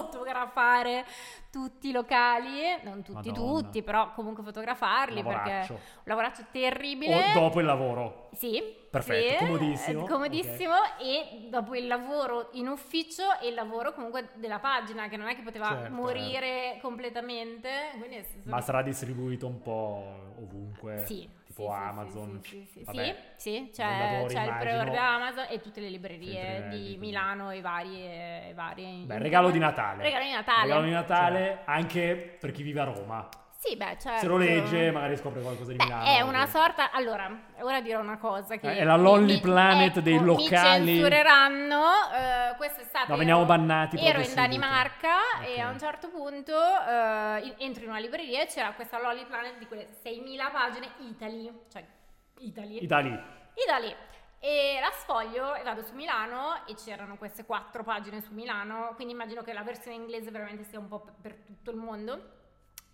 Speaker 1: rifotografare tutti i locali, non tutti
Speaker 2: Madonna.
Speaker 1: tutti, però comunque fotografarli
Speaker 2: Lavoraccio.
Speaker 1: perché un lavoraccio terribile.
Speaker 2: O dopo il lavoro.
Speaker 1: Sì,
Speaker 2: Perfetto,
Speaker 1: sì,
Speaker 2: comodissimo.
Speaker 1: eh, comodissimo e dopo il lavoro in ufficio e il lavoro comunque della pagina che non è che poteva
Speaker 3: Certo,
Speaker 1: morire completamente, quindi è stato-
Speaker 2: eh. Ma sarà distribuito un po' ovunque.
Speaker 1: sì,
Speaker 2: Tipo
Speaker 1: sì, sì,
Speaker 2: Amazon.
Speaker 1: sì, sì, sì, sì,
Speaker 2: Vabbè.
Speaker 1: sì, c'è,
Speaker 2: Mondadori,
Speaker 1: c'è il
Speaker 2: immagino.
Speaker 1: pre-order Amazon e tutte le
Speaker 2: Tutte
Speaker 1: librerie
Speaker 2: le
Speaker 1: di
Speaker 2: librerie.
Speaker 1: Milano e varie, e varie
Speaker 2: Beh, regalo di Natale.
Speaker 1: Regalo di Natale. Cioè.
Speaker 2: Regalo di Natale anche per chi vive a Roma.
Speaker 1: Sì, beh, certo.
Speaker 2: Se lo legge, magari scopre qualcosa di
Speaker 1: Beh,
Speaker 2: Milano.
Speaker 1: è una sorta. Allora, ora dirò una cosa. Che
Speaker 2: Eh, è la Lonely
Speaker 1: mi-
Speaker 2: Planet dei
Speaker 1: ecco,
Speaker 2: locali.
Speaker 1: Mi censureranno. eh, questo è stato.
Speaker 2: No, veniamo bannati per
Speaker 1: Ero in
Speaker 2: questo
Speaker 1: Danimarca
Speaker 2: video.
Speaker 1: e
Speaker 2: Ok.
Speaker 1: a un certo punto eh, in- entro in una libreria e c'era questa Lonely Planet di quelle 6.000 pagine Italy. Cioè, Italy.
Speaker 2: Itali.
Speaker 1: Italy. E la sfoglio e vado su Milano e c'erano queste quattro pagine su Milano, quindi immagino che la versione inglese veramente sia un po' per- per tutto il mondo.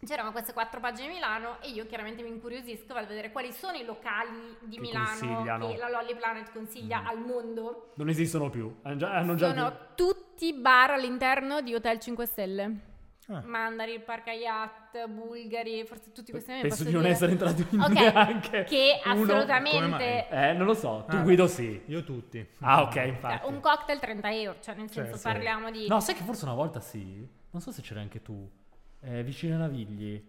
Speaker 1: C'erano queste quattro pagine di Milano e io chiaramente mi incuriosisco, vado a vedere quali sono i locali di
Speaker 2: Che
Speaker 1: Milano
Speaker 2: consigliano.
Speaker 1: che la Lolly Planet consiglia al mondo.
Speaker 2: Non esistono più. Hanno già, hanno già
Speaker 1: Sono tutti bar all'interno di Hotel 5 Stelle.
Speaker 3: Ah.
Speaker 1: Mandari, Parkayat, Bulgari, forse tutti questi nomi
Speaker 2: Penso
Speaker 1: posso
Speaker 2: di non
Speaker 1: dire.
Speaker 2: essere entrato in
Speaker 1: Ok,
Speaker 2: neanche
Speaker 1: che
Speaker 2: uno.
Speaker 3: Come mai?
Speaker 1: assolutamente
Speaker 2: Eh, non lo so. Tu
Speaker 3: Ah.
Speaker 2: Guido sì.
Speaker 3: Io tutti.
Speaker 2: Ah, ok,
Speaker 1: Cioè,
Speaker 2: infatti.
Speaker 1: un cocktail 30 euro, cioè nel senso
Speaker 3: sì.
Speaker 1: parliamo di...
Speaker 2: No, sai che forse una volta sì. Non so se c'era anche tu. Eh, vicino a Navigli.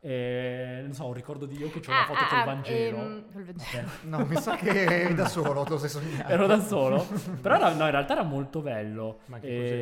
Speaker 2: Eh, non so, ho un ricordo di io che c'ho una
Speaker 1: Ah,
Speaker 2: foto
Speaker 1: ah,
Speaker 2: col
Speaker 1: ah,
Speaker 2: Vangelo.
Speaker 1: ehm, col Vangelo.
Speaker 2: Vabbè.
Speaker 5: No, mi sa che eri da solo, te lo sei sognato.
Speaker 2: Ero da solo. Però era- no, in realtà era molto bello.
Speaker 3: Ma che cos'era?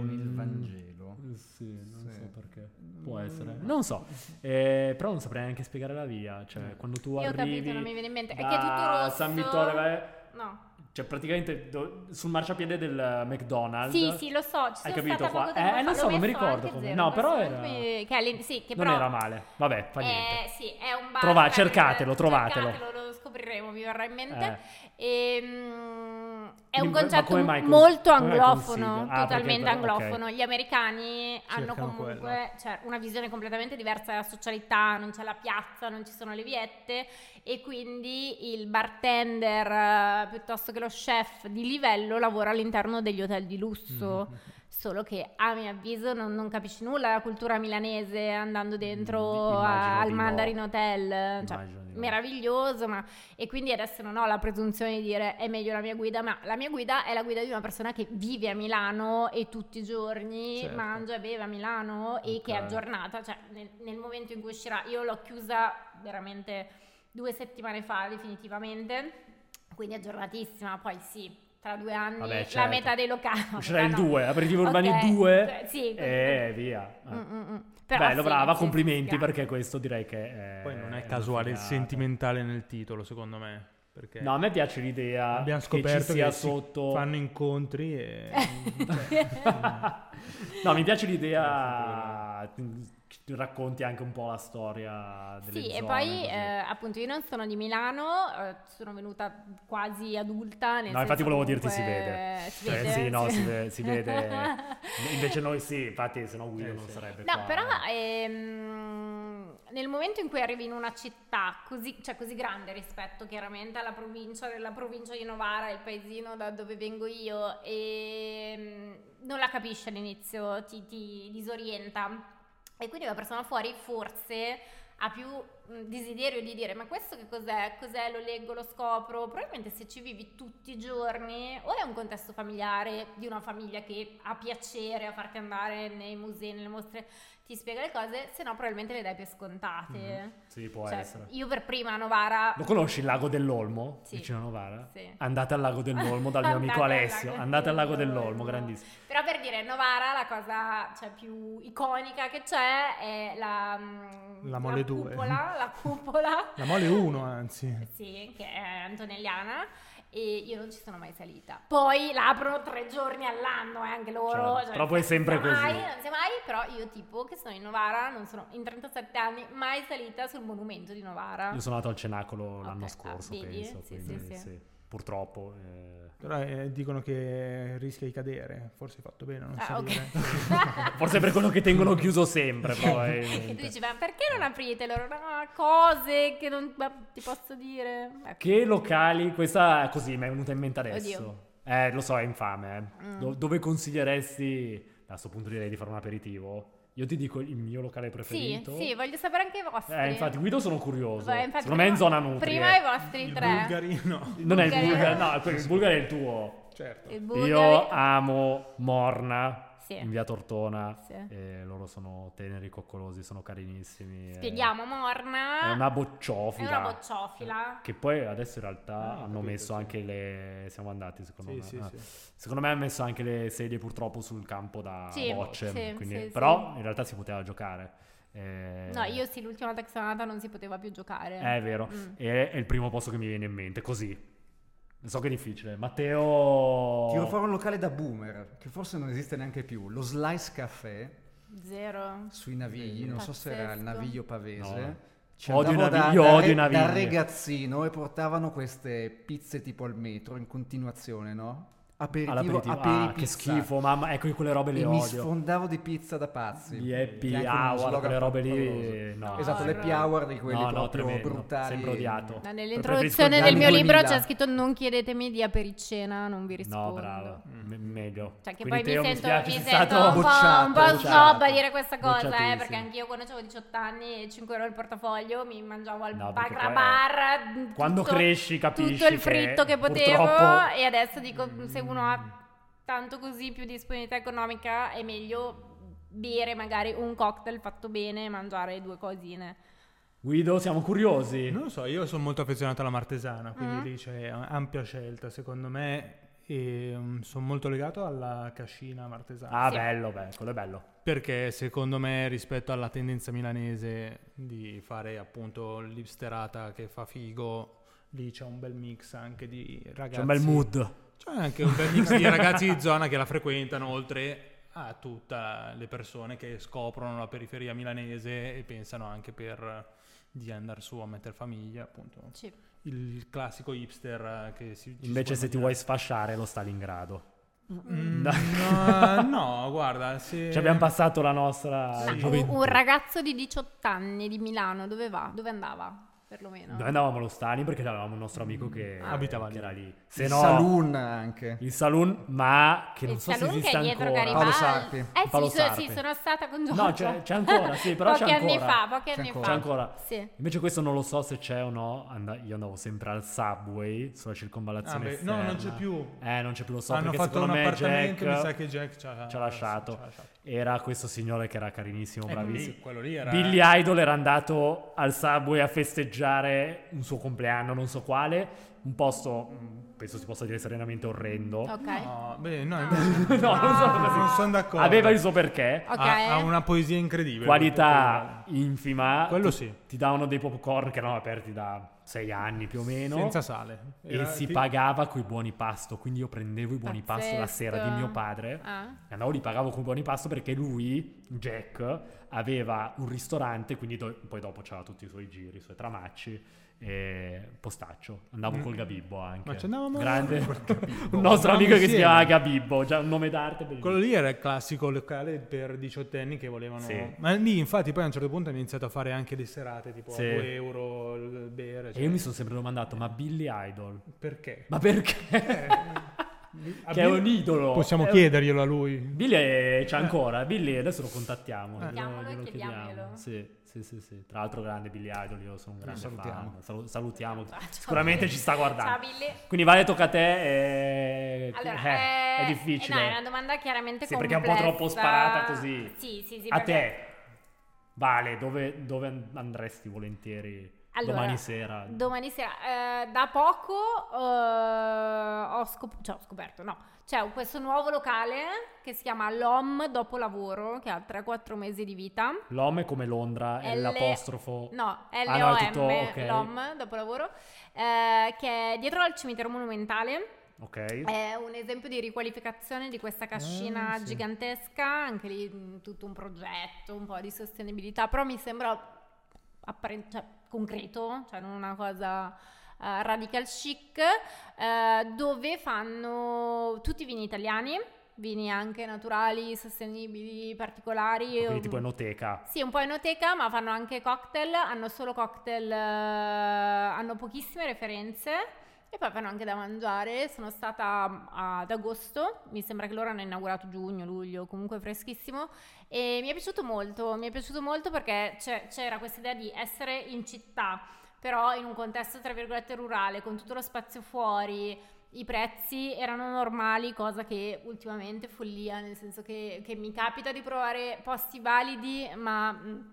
Speaker 5: Con il
Speaker 2: Ehm,
Speaker 5: Vangelo.
Speaker 2: eh, Sì, non
Speaker 5: Sì. Mm.
Speaker 2: so perché. Può essere. Non so. Eh, però non saprei neanche spiegare la via.
Speaker 5: Mm.
Speaker 2: Cioè, quando tu
Speaker 1: Io ho
Speaker 2: arrivi...
Speaker 1: capito, non mi viene in mente. È che è
Speaker 2: da
Speaker 1: tutto rosso.
Speaker 2: San Vittore, vai-
Speaker 1: No.
Speaker 2: Cioè, praticamente do- sul marciapiede del McDonald's.
Speaker 1: Sì, sì, lo so, ci
Speaker 2: Hai
Speaker 1: sono
Speaker 2: capito
Speaker 1: stata
Speaker 2: qua?
Speaker 1: poco tempo
Speaker 2: Eh,
Speaker 1: fa,
Speaker 2: non so,
Speaker 1: l'ho
Speaker 2: non mi
Speaker 1: messo
Speaker 2: ricordo
Speaker 1: anche
Speaker 2: come.
Speaker 1: zero,
Speaker 2: no,
Speaker 1: questo
Speaker 2: però
Speaker 1: momento
Speaker 2: era-
Speaker 1: mi- Che, è lì- sì, che
Speaker 2: non
Speaker 1: però...
Speaker 2: era male. Vabbè, fa
Speaker 1: eh,
Speaker 2: niente.
Speaker 1: sì, è un bar.
Speaker 2: Trova-
Speaker 1: per-
Speaker 2: cercatelo, trovatelo.
Speaker 1: cercatelo, lo scopriremo, mi verrà in mente.
Speaker 2: Eh.
Speaker 1: Ehm, è un
Speaker 2: Quindi, ma
Speaker 1: concetto
Speaker 2: come mai cons-
Speaker 1: molto
Speaker 2: come mai
Speaker 1: anglofono,
Speaker 2: consiglia? Ah,
Speaker 1: totalmente
Speaker 2: perché- ok.
Speaker 1: anglofono. Gli americani hanno
Speaker 3: Cercano
Speaker 1: comunque
Speaker 3: quello.
Speaker 1: cioè, una visione completamente diversa della socialità, non c'è la piazza, non ci sono le viette e quindi il bartender
Speaker 2: Mm-hmm. Mm.
Speaker 1: eh, piuttosto che lo chef di livello lavora all'interno degli hotel di lusso. Solo che a mio avviso non, non capisci nulla della cultura milanese andando dentro
Speaker 2: Mm, immagino
Speaker 1: a- al
Speaker 2: di no.
Speaker 1: Mandarin Hotel. Cioè,
Speaker 2: Immagino di no.
Speaker 1: meraviglioso, ma e quindi adesso non ho la presunzione di dire è meglio la mia guida, ma la mia guida è la guida di una persona che vive a Milano e tutti i giorni
Speaker 2: Certo.
Speaker 1: mangia e beve a Milano e che è
Speaker 2: Ok.
Speaker 1: aggiornata, cioè nel, nel momento in cui uscirà, io l'ho chiusa veramente due settimane fa definitivamente, quindi aggiornatissima, poi sì, tra due anni
Speaker 2: Vabbè,
Speaker 1: la
Speaker 2: certo.
Speaker 1: metà dei locali... no,
Speaker 2: Uscirà
Speaker 1: metà
Speaker 2: il
Speaker 1: no.
Speaker 2: 2, aperitivo urbani
Speaker 1: Ok,
Speaker 2: 2
Speaker 1: cioè, sì,
Speaker 2: e via. Eh.
Speaker 1: Mm, mm, mm. Però
Speaker 2: Bello,
Speaker 1: sì,
Speaker 2: brava,
Speaker 1: sì,
Speaker 2: complimenti
Speaker 1: sì,
Speaker 2: perché questo direi che Eh, è...
Speaker 3: Poi non è
Speaker 2: una
Speaker 3: casuale il
Speaker 2: figata.
Speaker 3: sentimentale nel titolo, secondo me. Perché
Speaker 2: No, a me piace l'idea
Speaker 3: abbiamo
Speaker 2: che
Speaker 3: scoperto
Speaker 2: ci
Speaker 3: che,
Speaker 2: sia
Speaker 3: si
Speaker 2: sotto...
Speaker 3: fanno incontri e...
Speaker 2: no, mi piace l'idea... ti Racconti anche un po' la storia delle
Speaker 1: Sì,
Speaker 2: zone,
Speaker 1: e poi
Speaker 2: così.
Speaker 1: eh, appunto io non sono di Milano, eh, sono venuta quasi adulta. Nel
Speaker 2: No,
Speaker 1: senso
Speaker 2: infatti volevo
Speaker 1: comunque,
Speaker 2: dirti si vede.
Speaker 1: eh, Si
Speaker 2: Cioè,
Speaker 1: vede?
Speaker 2: sì, no, si ve- si vede. Invece noi sì, infatti se no Guido
Speaker 3: Eh,
Speaker 2: non
Speaker 3: sì.
Speaker 2: sarebbe
Speaker 1: No,
Speaker 2: qua.
Speaker 1: però ehm, nel momento in cui arrivi in una città così, cioè così grande rispetto chiaramente alla provincia, della provincia di Novara, il paesino da dove vengo io, e non la capisci all'inizio, ti, ti disorienta. E quindi la persona fuori forse ha più mh, desiderio di dire ma questo che cos'è? Cos'è? Lo leggo, lo scopro? Probabilmente se ci vivi tutti i giorni o è un contesto familiare di una famiglia che ha piacere a farti andare nei musei, nelle mostre, ti spiega le cose, se no probabilmente le dai per scontate.
Speaker 3: Mhm.
Speaker 2: Sì, Mm-hmm. può
Speaker 1: Cioè,
Speaker 2: essere.
Speaker 1: io per prima a Novara...
Speaker 2: Lo conosci il lago dell'Olmo?
Speaker 1: Sì.
Speaker 2: Vicino a Novara?
Speaker 1: Sì.
Speaker 2: Andate al lago dell'Olmo dal mio amico
Speaker 1: Andate al
Speaker 2: Alessio.
Speaker 1: Lago
Speaker 2: Andate al lago
Speaker 1: dell'Olmo.
Speaker 2: dell'Olmo, grandissimo.
Speaker 1: Però per dire Novara la cosa cioè, più iconica che c'è è la... mm,
Speaker 3: La Mole due.
Speaker 1: Cupola, la cupola.
Speaker 3: La mole 1, anzi.
Speaker 1: Sì, che è Antonelliana e io non ci sono mai salita. Poi la aprono tre giorni all'anno, eh, anche loro.
Speaker 2: Certo, però poi è sempre
Speaker 1: non si sa
Speaker 2: così.
Speaker 1: Mai, non si sa mai, però io tipo che sono in Novara, non sono in 37 anni mai salita sul monumento di Novara.
Speaker 2: Io sono andato al Cenacolo l'anno
Speaker 1: ah,
Speaker 2: scorso,
Speaker 1: vedi?
Speaker 2: penso.
Speaker 1: Sì,
Speaker 2: quindi
Speaker 1: sì, sì.
Speaker 2: Purtroppo. eh.
Speaker 3: Però eh, dicono che rischia di cadere, forse hai fatto bene a non
Speaker 1: Ah,
Speaker 3: salire.
Speaker 1: ok.
Speaker 2: Forse per quello che tengono chiuso sempre,
Speaker 1: E tu
Speaker 2: probabilmente.
Speaker 1: dici, ma perché non aprite loro? No, cose che non ma ti posso dire. Ecco.
Speaker 2: Che locali, questa così mi è venuta in mente adesso.
Speaker 1: Oddio.
Speaker 2: Eh, lo so, è infame. eh.
Speaker 1: Mm.
Speaker 2: Do- dove consiglieresti, da questo punto direi di fare un aperitivo? Io ti dico il mio locale
Speaker 1: Sì,
Speaker 2: preferito.
Speaker 1: sì, voglio sapere anche i vostri.
Speaker 2: Eh, infatti, Guido sono curioso.
Speaker 1: Beh, infatti,
Speaker 2: Secondo me è in
Speaker 1: prima-
Speaker 2: zona nutri.
Speaker 1: Prima
Speaker 2: eh.
Speaker 1: i vostri
Speaker 3: Il
Speaker 1: tre.
Speaker 3: bulgarino.
Speaker 2: Non è il
Speaker 1: Bulgari.
Speaker 2: Bulgari, no, quello- il Bulgari è il tuo.
Speaker 3: Certo.
Speaker 1: Il
Speaker 2: Io
Speaker 1: Bulgari.
Speaker 2: amo Morna
Speaker 1: Sì.
Speaker 2: in via Tortona.
Speaker 1: Sì.
Speaker 2: E loro sono teneri, coccolosi, sono carinissimi. eh.
Speaker 1: Spieghiamo, Morna.
Speaker 2: È una bocciofila.
Speaker 1: È una bocciofila.
Speaker 2: Che poi adesso in realtà
Speaker 3: Ah, ho
Speaker 2: hanno
Speaker 3: capito,
Speaker 2: messo
Speaker 3: sì.
Speaker 2: anche le. Siamo andati, secondo
Speaker 3: Sì,
Speaker 2: me.
Speaker 3: sì,
Speaker 2: Ah.
Speaker 3: sì.
Speaker 2: Secondo me hanno messo anche le sedie purtroppo sul campo da
Speaker 1: Sì,
Speaker 2: bocce.
Speaker 1: sì,
Speaker 2: quindi-
Speaker 1: sì,
Speaker 2: però
Speaker 1: sì.
Speaker 2: in realtà si poteva giocare. Eh,
Speaker 1: No, io sì, l'ultima volta che sono andata non si poteva più giocare.
Speaker 2: Eh, È vero,
Speaker 1: Mm.
Speaker 2: E- è il primo posto che mi viene in mente, così. So che è difficile. Matteo...
Speaker 4: Tiro fuori un locale da boomer, che forse non esiste neanche più, lo Slice Café
Speaker 1: Zero.
Speaker 4: sui Navigli, non so se era il
Speaker 1: Pazzesco.
Speaker 4: Naviglio Pavese.
Speaker 2: No.
Speaker 4: Ci
Speaker 2: Odio i
Speaker 4: andavo da,
Speaker 2: Navigli, io
Speaker 4: da
Speaker 2: odio i
Speaker 4: da
Speaker 2: Navigli.
Speaker 4: ragazzino e portavano queste pizze tipo al metro in continuazione, no? Aperitivo,
Speaker 2: All'aperitivo. Ah, che
Speaker 4: aperipizza.
Speaker 2: schifo, mamma. Ecco, io quelle robe le
Speaker 4: E mi
Speaker 2: odio.
Speaker 4: sfondavo di pizza da pazzi.
Speaker 2: Gli happy
Speaker 4: Che è anche uno
Speaker 2: hour,
Speaker 4: slogan
Speaker 2: quelle robe
Speaker 4: favoloso.
Speaker 2: lì... No.
Speaker 4: Esatto, le
Speaker 1: no.
Speaker 4: happy hour di quelli
Speaker 2: No, no,
Speaker 4: proprio
Speaker 2: tremendo.
Speaker 4: brutali.
Speaker 2: Sempre odiato.
Speaker 1: Ma
Speaker 2: Preferisco
Speaker 1: Nell'introduzione
Speaker 2: gli
Speaker 1: del
Speaker 2: anni
Speaker 1: mio libro
Speaker 4: 2000.
Speaker 1: c'è scritto non chiedetemi di apericena, non vi rispondo.
Speaker 2: No, brava.
Speaker 4: Mm.
Speaker 2: Me- meglio.
Speaker 1: Cioè, che poi
Speaker 2: Quindi Teo,
Speaker 1: mi sento,
Speaker 2: dispiace,
Speaker 1: mi
Speaker 2: sei
Speaker 1: sento
Speaker 2: stato-
Speaker 1: un po',
Speaker 4: bocciato,
Speaker 1: un po'
Speaker 4: bocciato.
Speaker 1: snob a dire questa cosa, eh,
Speaker 2: Bocciatissimo.
Speaker 1: perché anch'io quando avevo 18 anni e 5 euro al portafoglio mi mangiavo al
Speaker 2: No, perché
Speaker 1: bagra
Speaker 2: poi-
Speaker 1: bar. mh,
Speaker 2: Quando
Speaker 1: tutto-
Speaker 2: cresci capisci
Speaker 1: Tutto il fritto che potevo
Speaker 2: purtroppo-
Speaker 1: e adesso dico se uno ha tanto così più disponibilità economica è meglio bere magari un cocktail fatto bene e mangiare due cosine.
Speaker 2: Guido, siamo curiosi.
Speaker 3: Eh, Non lo so, io sono molto affezionato alla martesana, quindi
Speaker 1: Mm.
Speaker 3: lì c'è ampia scelta, secondo me. E sono molto legato alla cascina martesana.
Speaker 2: Ah,
Speaker 1: Sì.
Speaker 2: bello, bello, quello è bello.
Speaker 3: Perché secondo me rispetto alla tendenza milanese di fare appunto l'ipsterata che fa figo, lì c'è un bel mix anche di ragazzi.
Speaker 2: C'è un bel mood.
Speaker 3: C'è anche un bel mix di ragazzi di zona che la frequentano oltre a tutte le persone che scoprono la periferia milanese e pensano anche per di andare su a mettere famiglia, appunto.
Speaker 1: Sì.
Speaker 3: Il classico hipster eh, che si ci
Speaker 2: Invece
Speaker 3: si
Speaker 2: se ti
Speaker 3: può
Speaker 2: vuoi sfasciare lo Stalingrado.
Speaker 3: immaginare. Mm, no, no, guarda, se
Speaker 2: Ci Cioè, abbiamo passato la nostra
Speaker 1: Ma Ah, un,
Speaker 2: gioventù.
Speaker 1: un ragazzo di 18 anni di Milano dove va? Dove andava? perlomeno.
Speaker 2: Noi andavamo allo Stani perché avevamo un nostro amico che
Speaker 1: Ah.
Speaker 3: Mm, Abitava
Speaker 2: che
Speaker 3: lì.
Speaker 2: era lì. Se
Speaker 5: il
Speaker 2: no,
Speaker 5: saloon anche.
Speaker 2: il saloon, ma che non
Speaker 1: il
Speaker 2: so se
Speaker 1: saloon Cioè, che
Speaker 2: esiste
Speaker 1: è dietro
Speaker 2: ancora.
Speaker 5: Paolo
Speaker 1: Garibaldi.
Speaker 5: Sarpi.
Speaker 1: Eh
Speaker 2: Paolo
Speaker 1: sì, so- sì,
Speaker 2: Sarpi.
Speaker 1: sono stata con Giorgio.
Speaker 2: No, c'è, c'è ancora, sì, però
Speaker 1: pochi
Speaker 2: c'è ancora.
Speaker 1: anni fa, pochi
Speaker 5: C'è
Speaker 1: anni
Speaker 5: ancora.
Speaker 1: fa.
Speaker 2: C'è ancora.
Speaker 1: Sì.
Speaker 2: Invece questo non lo so se c'è o no. and- io andavo sempre al Subway sulla
Speaker 3: Ah,
Speaker 2: circonvallazione
Speaker 3: beh, no, non c'è
Speaker 2: esterna.
Speaker 3: più.
Speaker 2: Eh, non c'è più, lo so,
Speaker 3: Hanno
Speaker 2: perché
Speaker 3: fatto un
Speaker 2: secondo me
Speaker 3: appartamento, mi sa
Speaker 2: Jack
Speaker 3: che Jack ci ha,
Speaker 2: ci ha lasciato. era questo signore che era carinissimo,
Speaker 3: Ecco,
Speaker 2: bravissimo.
Speaker 3: lì, quello lì era...
Speaker 2: Billy Idol era andato al Subway a festeggiare un suo compleanno, non so quale, un posto, mh, penso si possa dire serenamente orrendo.
Speaker 1: Ok.
Speaker 3: No, beh, no,
Speaker 2: No,
Speaker 3: invece- Ah,
Speaker 2: non so come si-
Speaker 3: non sono d'accordo.
Speaker 2: Aveva il suo perché.
Speaker 1: Ok.
Speaker 3: Ha, ha una poesia incredibile.
Speaker 2: Qualità infima.
Speaker 3: Quello
Speaker 2: Ti-
Speaker 3: sì.
Speaker 2: Ti davano dei popcorn che erano aperti da sei anni più o meno.
Speaker 3: Senza sale.
Speaker 2: Eh, e si pagava coi buoni pasto. Quindi io prendevo i buoni pasto la sera di
Speaker 1: Pazzesco.
Speaker 2: mio padre.
Speaker 1: Ah.
Speaker 2: E Andavo li pagavo con buoni pasto perché lui, Jack, aveva un ristorante, quindi do- poi dopo c'aveva tutti i suoi giri, i suoi tramacci e postaccio. Andavo col Gabibbo anche.
Speaker 3: Mm. Ma ci andavamo-
Speaker 2: Grande. un
Speaker 3: Andavamo
Speaker 2: nostro amico che si
Speaker 3: insieme.
Speaker 2: chiamava Gabibbo, già un nome d'arte bellissimo.
Speaker 3: Quello lì era il classico locale per diciottenni che volevano...
Speaker 2: Sì.
Speaker 3: Ma lì infatti poi a un certo punto hanno iniziato a fare anche le serate tipo
Speaker 2: Sì.
Speaker 3: a 2 euro il bere.
Speaker 2: E
Speaker 3: cioè,
Speaker 2: io mi sono sempre domandato, ma Billy Idol?
Speaker 3: Perché?
Speaker 2: Ma perché?
Speaker 3: A
Speaker 2: che è
Speaker 3: Bill-
Speaker 2: un idolo.
Speaker 3: Eh, Possiamo
Speaker 2: È un-
Speaker 3: chiederglielo a lui.
Speaker 2: Billy è- c'è ancora. Billy, adesso lo contattiamo. glielo-
Speaker 1: Chiamiamolo e
Speaker 2: glielo
Speaker 1: chiediamolo.
Speaker 2: Sì, sì, sì, sì. Tra l'altro, grande Billy Idol. Io sono un grande
Speaker 5: salutiamo.
Speaker 2: fan. Salu- salutiamo.
Speaker 1: Ah, Ciao, ciao,
Speaker 2: Sicuramente
Speaker 1: Billy.
Speaker 2: ci sta guardando.
Speaker 1: Ciao, Billy.
Speaker 2: Quindi, Vale, tocca a te. eh,
Speaker 1: Allora,
Speaker 2: eh,
Speaker 1: eh,
Speaker 2: è difficile.
Speaker 1: No, è una domanda chiaramente
Speaker 2: Sì, perché è
Speaker 1: complessa.
Speaker 2: un po' troppo sparata così.
Speaker 1: Sì, sì, sì.
Speaker 2: a
Speaker 1: perché-
Speaker 2: te, Vale, dove, dove and- andresti volentieri
Speaker 1: Allora,
Speaker 2: domani sera?
Speaker 1: Domani sera, eh, da poco eh, ho, scop- cioè, ho scoperto, no, c'è questo nuovo locale che si chiama L'OM dopo lavoro, che ha 3-4 mesi di vita.
Speaker 2: L'ome come Londra è
Speaker 1: L-
Speaker 2: l'apostrofo.
Speaker 1: No, LOM,
Speaker 2: Ah, no, è tutto- ok.
Speaker 1: L'OM dopo lavoro, eh, che è dietro al cimitero monumentale.
Speaker 2: Ok.
Speaker 1: È un esempio di riqualificazione di questa cascina
Speaker 3: Ah, sì.
Speaker 1: gigantesca, anche lì mh, tutto un progetto, un po' di sostenibilità, però mi sembra apparen- cioè, concreto, cioè non una cosa eh, radical chic, eh, dove fanno tutti i vini italiani, vini anche naturali, sostenibili, particolari.
Speaker 2: Quindi, tipo
Speaker 1: Mm.
Speaker 2: enoteca.
Speaker 1: Sì, un po' enoteca, ma fanno anche cocktail, hanno solo cocktail, eh, hanno pochissime referenze e poi fanno anche da mangiare. Sono stata mm, ad agosto, mi sembra che loro hanno inaugurato giugno, luglio, comunque freschissimo e mi è piaciuto molto, mi è piaciuto molto perché c'è- c'era questa idea di essere in città, però in un contesto tra virgolette rurale, con tutto lo spazio fuori, i prezzi erano normali, cosa che ultimamente è follia, nel senso che, che mi capita di provare posti validi, ma mh,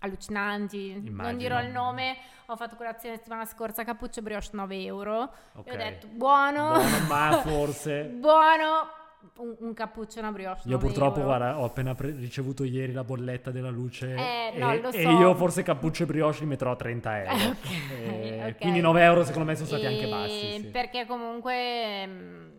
Speaker 1: allucinanti. Non
Speaker 2: Immagino.
Speaker 1: dirò il nome, ho fatto colazione settimana scorsa, cappuccio e brioche 9 euro.
Speaker 2: Ok.
Speaker 1: E ho detto, buono.
Speaker 2: Buono, ma forse.
Speaker 1: buono. Un, un cappuccio e una brioche.
Speaker 2: Io
Speaker 1: 9
Speaker 2: purtroppo,
Speaker 1: euro.
Speaker 2: guarda, ho appena pre- ricevuto ieri la bolletta della luce
Speaker 1: Eh,
Speaker 2: e,
Speaker 1: no, lo
Speaker 2: e
Speaker 1: so.
Speaker 2: io forse cappuccio e brioche li metterò a 30 euro.
Speaker 1: Eh, ok,
Speaker 2: Eh,
Speaker 1: ok.
Speaker 2: Quindi 9 euro secondo me sono stati anche
Speaker 1: E
Speaker 2: bassi. sì.
Speaker 1: Perché comunque mh,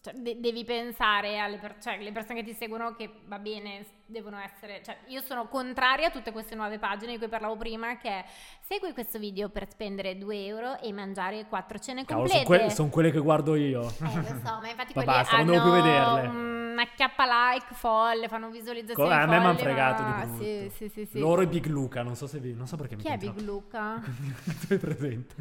Speaker 1: cioè, de- devi pensare alle per- cioè, le persone che ti seguono che va bene, s- devono essere... Cioè, io sono contraria a tutte queste nuove pagine di cui parlavo prima, che è segui questo video per spendere 2 euro e mangiare 4 cene
Speaker 2: Cavolo,
Speaker 1: complete.
Speaker 2: sono, que- sono quelle che guardo io.
Speaker 1: Eh, lo so, ma infatti
Speaker 2: Ma
Speaker 1: quelli
Speaker 2: basta, non
Speaker 1: hanno
Speaker 2: devo più vederle.
Speaker 1: una chiappa like folle, fanno visualizzazioni
Speaker 2: Co- a me mi
Speaker 1: folli,
Speaker 2: hanno fregato
Speaker 1: ma-
Speaker 2: di brutto.
Speaker 1: Sì, sì, sì, sì.
Speaker 2: Loro e Big Luca, non so se vi... Non so perché mi
Speaker 1: Chi è
Speaker 2: continuo-
Speaker 1: Big Luca?
Speaker 2: Tu hai presente?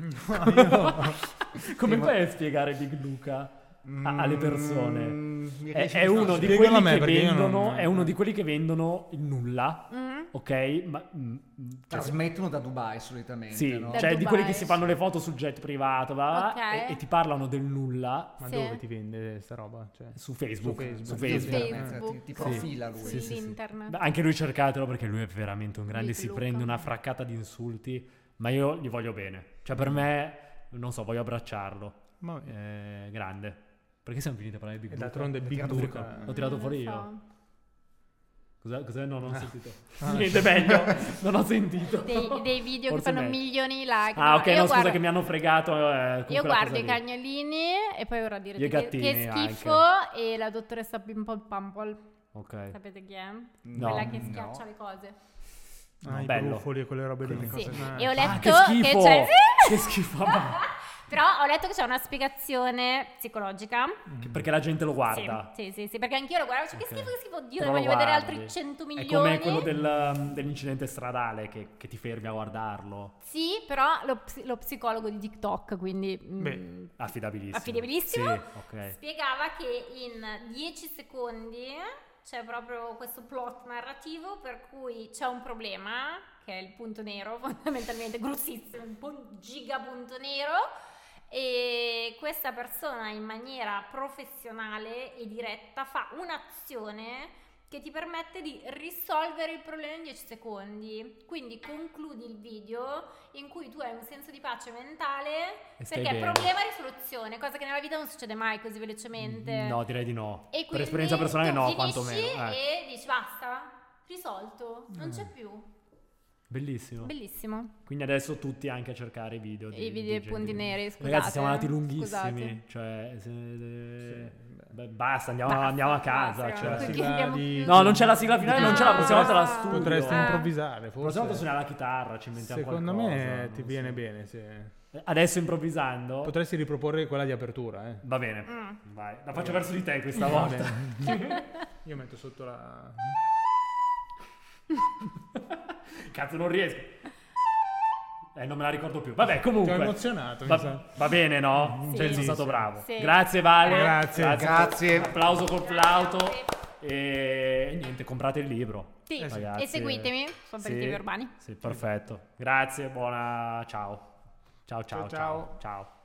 Speaker 5: Sì,
Speaker 2: Come
Speaker 5: ma-
Speaker 2: fai a spiegare Big Luca?
Speaker 4: Mm,
Speaker 2: a- alle persone.
Speaker 5: Mm, mi
Speaker 2: È,
Speaker 5: riesci
Speaker 2: è
Speaker 5: a-
Speaker 2: uno di
Speaker 3: Spiegalo
Speaker 2: quelli
Speaker 3: a me,
Speaker 2: che
Speaker 3: perché io non-
Speaker 2: vendono, è uno di quelli che vendono il nulla,
Speaker 1: Mm?
Speaker 2: ok? Ma mm, mm, cioè,
Speaker 5: Trasmettono da Dubai solitamente,
Speaker 2: Sì,
Speaker 5: no?
Speaker 1: Da
Speaker 2: cioè di quelli che
Speaker 1: Dubai.
Speaker 2: si fanno le foto sul jet privato, va, va,
Speaker 1: Ok.
Speaker 2: e, e ti parlano del nulla
Speaker 3: Ma
Speaker 1: Sì.
Speaker 3: dove ti vende sta roba? Cioè,
Speaker 2: su Facebook.
Speaker 3: Su Facebook.
Speaker 2: su
Speaker 3: Su
Speaker 2: Facebook.
Speaker 1: Facebook.
Speaker 5: Internet, Ti, ti
Speaker 1: Sì.
Speaker 5: profila lui.
Speaker 1: Sì, l'internet.
Speaker 2: Beh, Anche lui cercatelo perché lui è veramente un grande,
Speaker 1: Big
Speaker 2: si
Speaker 1: Luca.
Speaker 2: prende una fraccata di insulti, ma io gli voglio bene. Cioè per me, non so, voglio abbracciarlo.
Speaker 3: ma
Speaker 2: Eh, grande. Perché siamo finiti a parlare di
Speaker 3: e
Speaker 2: Big Luca?
Speaker 3: d'altronde Big
Speaker 5: tirato
Speaker 2: fuori-
Speaker 3: Luca.
Speaker 2: L'ho tirato
Speaker 1: Non
Speaker 2: fuori
Speaker 1: so.
Speaker 2: io. Cos'è? cos'è? No, non ho sentito.
Speaker 3: Ah.
Speaker 2: Niente meglio, non ho sentito.
Speaker 1: dei, dei video
Speaker 2: Forse
Speaker 1: che fanno
Speaker 2: meglio.
Speaker 1: milioni di like.
Speaker 2: Ah, ok,
Speaker 1: io
Speaker 2: no,
Speaker 1: guardo,
Speaker 2: scusa che mi hanno fregato. eh, con
Speaker 1: Io
Speaker 2: quella
Speaker 1: guardo
Speaker 2: cosa
Speaker 1: i
Speaker 2: lì.
Speaker 1: cagnolini e poi ora
Speaker 2: Io i
Speaker 1: direte che,
Speaker 2: gattini
Speaker 1: che schifo e la dottoressa Pimple Pumple,
Speaker 2: Ok.
Speaker 1: sapete chi è?
Speaker 2: No.
Speaker 1: Quella che schiaccia le cose.
Speaker 3: Ah, i
Speaker 2: Bello.
Speaker 3: brufoli e quelle robe lì.
Speaker 1: Sì.
Speaker 3: Ah.
Speaker 1: E ho
Speaker 2: Ah,
Speaker 1: letto
Speaker 2: che schifo!
Speaker 1: c'è...
Speaker 2: Che schifo! ma-
Speaker 1: Però ho letto che c'è una spiegazione psicologica.
Speaker 2: Che- perché la gente lo guarda.
Speaker 1: Sì, sì, sì, sì, perché anch'io lo guardavo, cioè,
Speaker 2: Ok.
Speaker 1: che schifo, che schifo, oddio,
Speaker 2: Però
Speaker 1: ne
Speaker 2: lo
Speaker 1: voglio vedere
Speaker 2: guardi.
Speaker 1: altri 100
Speaker 2: È come
Speaker 1: milioni.
Speaker 2: quello del, um, dell'incidente stradale che, che ti fermi a guardarlo.
Speaker 1: Sì, però lo, ps- lo psicologo di TikTok, quindi... mm,
Speaker 3: Beh,
Speaker 2: Affidabilissimo.
Speaker 1: Affidabilissimo.
Speaker 2: Sì, ok.
Speaker 1: Spiegava che in 10 secondi c'è proprio questo plot narrativo per cui c'è un problema, che è il punto nero, fondamentalmente grossissimo, un pun- giga punto nero. E questa persona in maniera professionale e diretta fa un'azione che ti permette di risolvere il problema in 10 secondi. Quindi concludi il video in cui tu hai un senso di pace mentale
Speaker 2: E stai
Speaker 1: perché
Speaker 2: bene.
Speaker 1: problema e risoluzione, cosa che nella vita non succede mai così velocemente.
Speaker 2: Mm, No, direi di no.
Speaker 1: E
Speaker 2: per
Speaker 1: quindi
Speaker 2: esperienza personale
Speaker 1: tu
Speaker 2: no,
Speaker 1: finisci
Speaker 2: quantomeno. eh. Mm.
Speaker 1: E dici basta, risolto, non c'è più.
Speaker 2: Bellissimo.
Speaker 1: Bellissimo.
Speaker 2: Quindi adesso tutti anche a cercare i video. Di,
Speaker 1: I video dei
Speaker 2: di
Speaker 1: punti
Speaker 2: gente-
Speaker 1: neri, scusate,
Speaker 2: Ragazzi, siamo andati
Speaker 1: eh,
Speaker 2: lunghissimi.
Speaker 1: scusate.
Speaker 2: Cioè, se- eh,
Speaker 3: beh.
Speaker 2: beh, basta, andiamo,
Speaker 1: Basta,
Speaker 2: andiamo a casa.
Speaker 1: basta,
Speaker 2: cioè.
Speaker 3: la
Speaker 1: Quindi
Speaker 3: sigla
Speaker 1: abbiamo
Speaker 3: di-
Speaker 1: chiuso.
Speaker 2: No, non c'è la sigla finale, non c'è la prossima volta la
Speaker 1: No.
Speaker 2: studio.
Speaker 3: Potresti
Speaker 1: Ah.
Speaker 3: improvvisare,
Speaker 2: La prossima volta
Speaker 3: forse.
Speaker 2: suonare la chitarra, ci inventiamo
Speaker 3: Secondo
Speaker 2: qualcosa.
Speaker 3: me
Speaker 2: non
Speaker 3: ti
Speaker 2: so.
Speaker 3: viene bene. se-
Speaker 2: Eh, Adesso improvvisando.
Speaker 3: Potresti riproporre quella di apertura, eh.
Speaker 2: Va bene.
Speaker 1: Mm.
Speaker 2: Vai. La faccio verso di te questa volta.
Speaker 3: Io metto sotto la...
Speaker 2: Cazzo, non riesco. Eh, non me la ricordo più. Vabbè,
Speaker 3: Ti ho
Speaker 2: comunque.
Speaker 3: emozionato, mi
Speaker 2: Va,
Speaker 3: sa.
Speaker 2: va bene, no?
Speaker 1: Sì.
Speaker 2: Cioè, sono
Speaker 1: Sì,
Speaker 2: stato
Speaker 3: sì.
Speaker 2: bravo.
Speaker 1: Sì.
Speaker 2: Grazie, Vale.
Speaker 3: Grazie.
Speaker 5: Grazie.
Speaker 2: Un applauso col flauto.
Speaker 1: Grazie.
Speaker 2: E niente, comprate il libro.
Speaker 1: Sì,
Speaker 3: Eh sì.
Speaker 2: Ragazzi.
Speaker 1: e seguitemi su Aperitivi Urbani.
Speaker 2: Sì, perfetto. Grazie, buona. Ciao. Ciao, ciao,
Speaker 3: Ciao, ciao.
Speaker 2: ciao. ciao.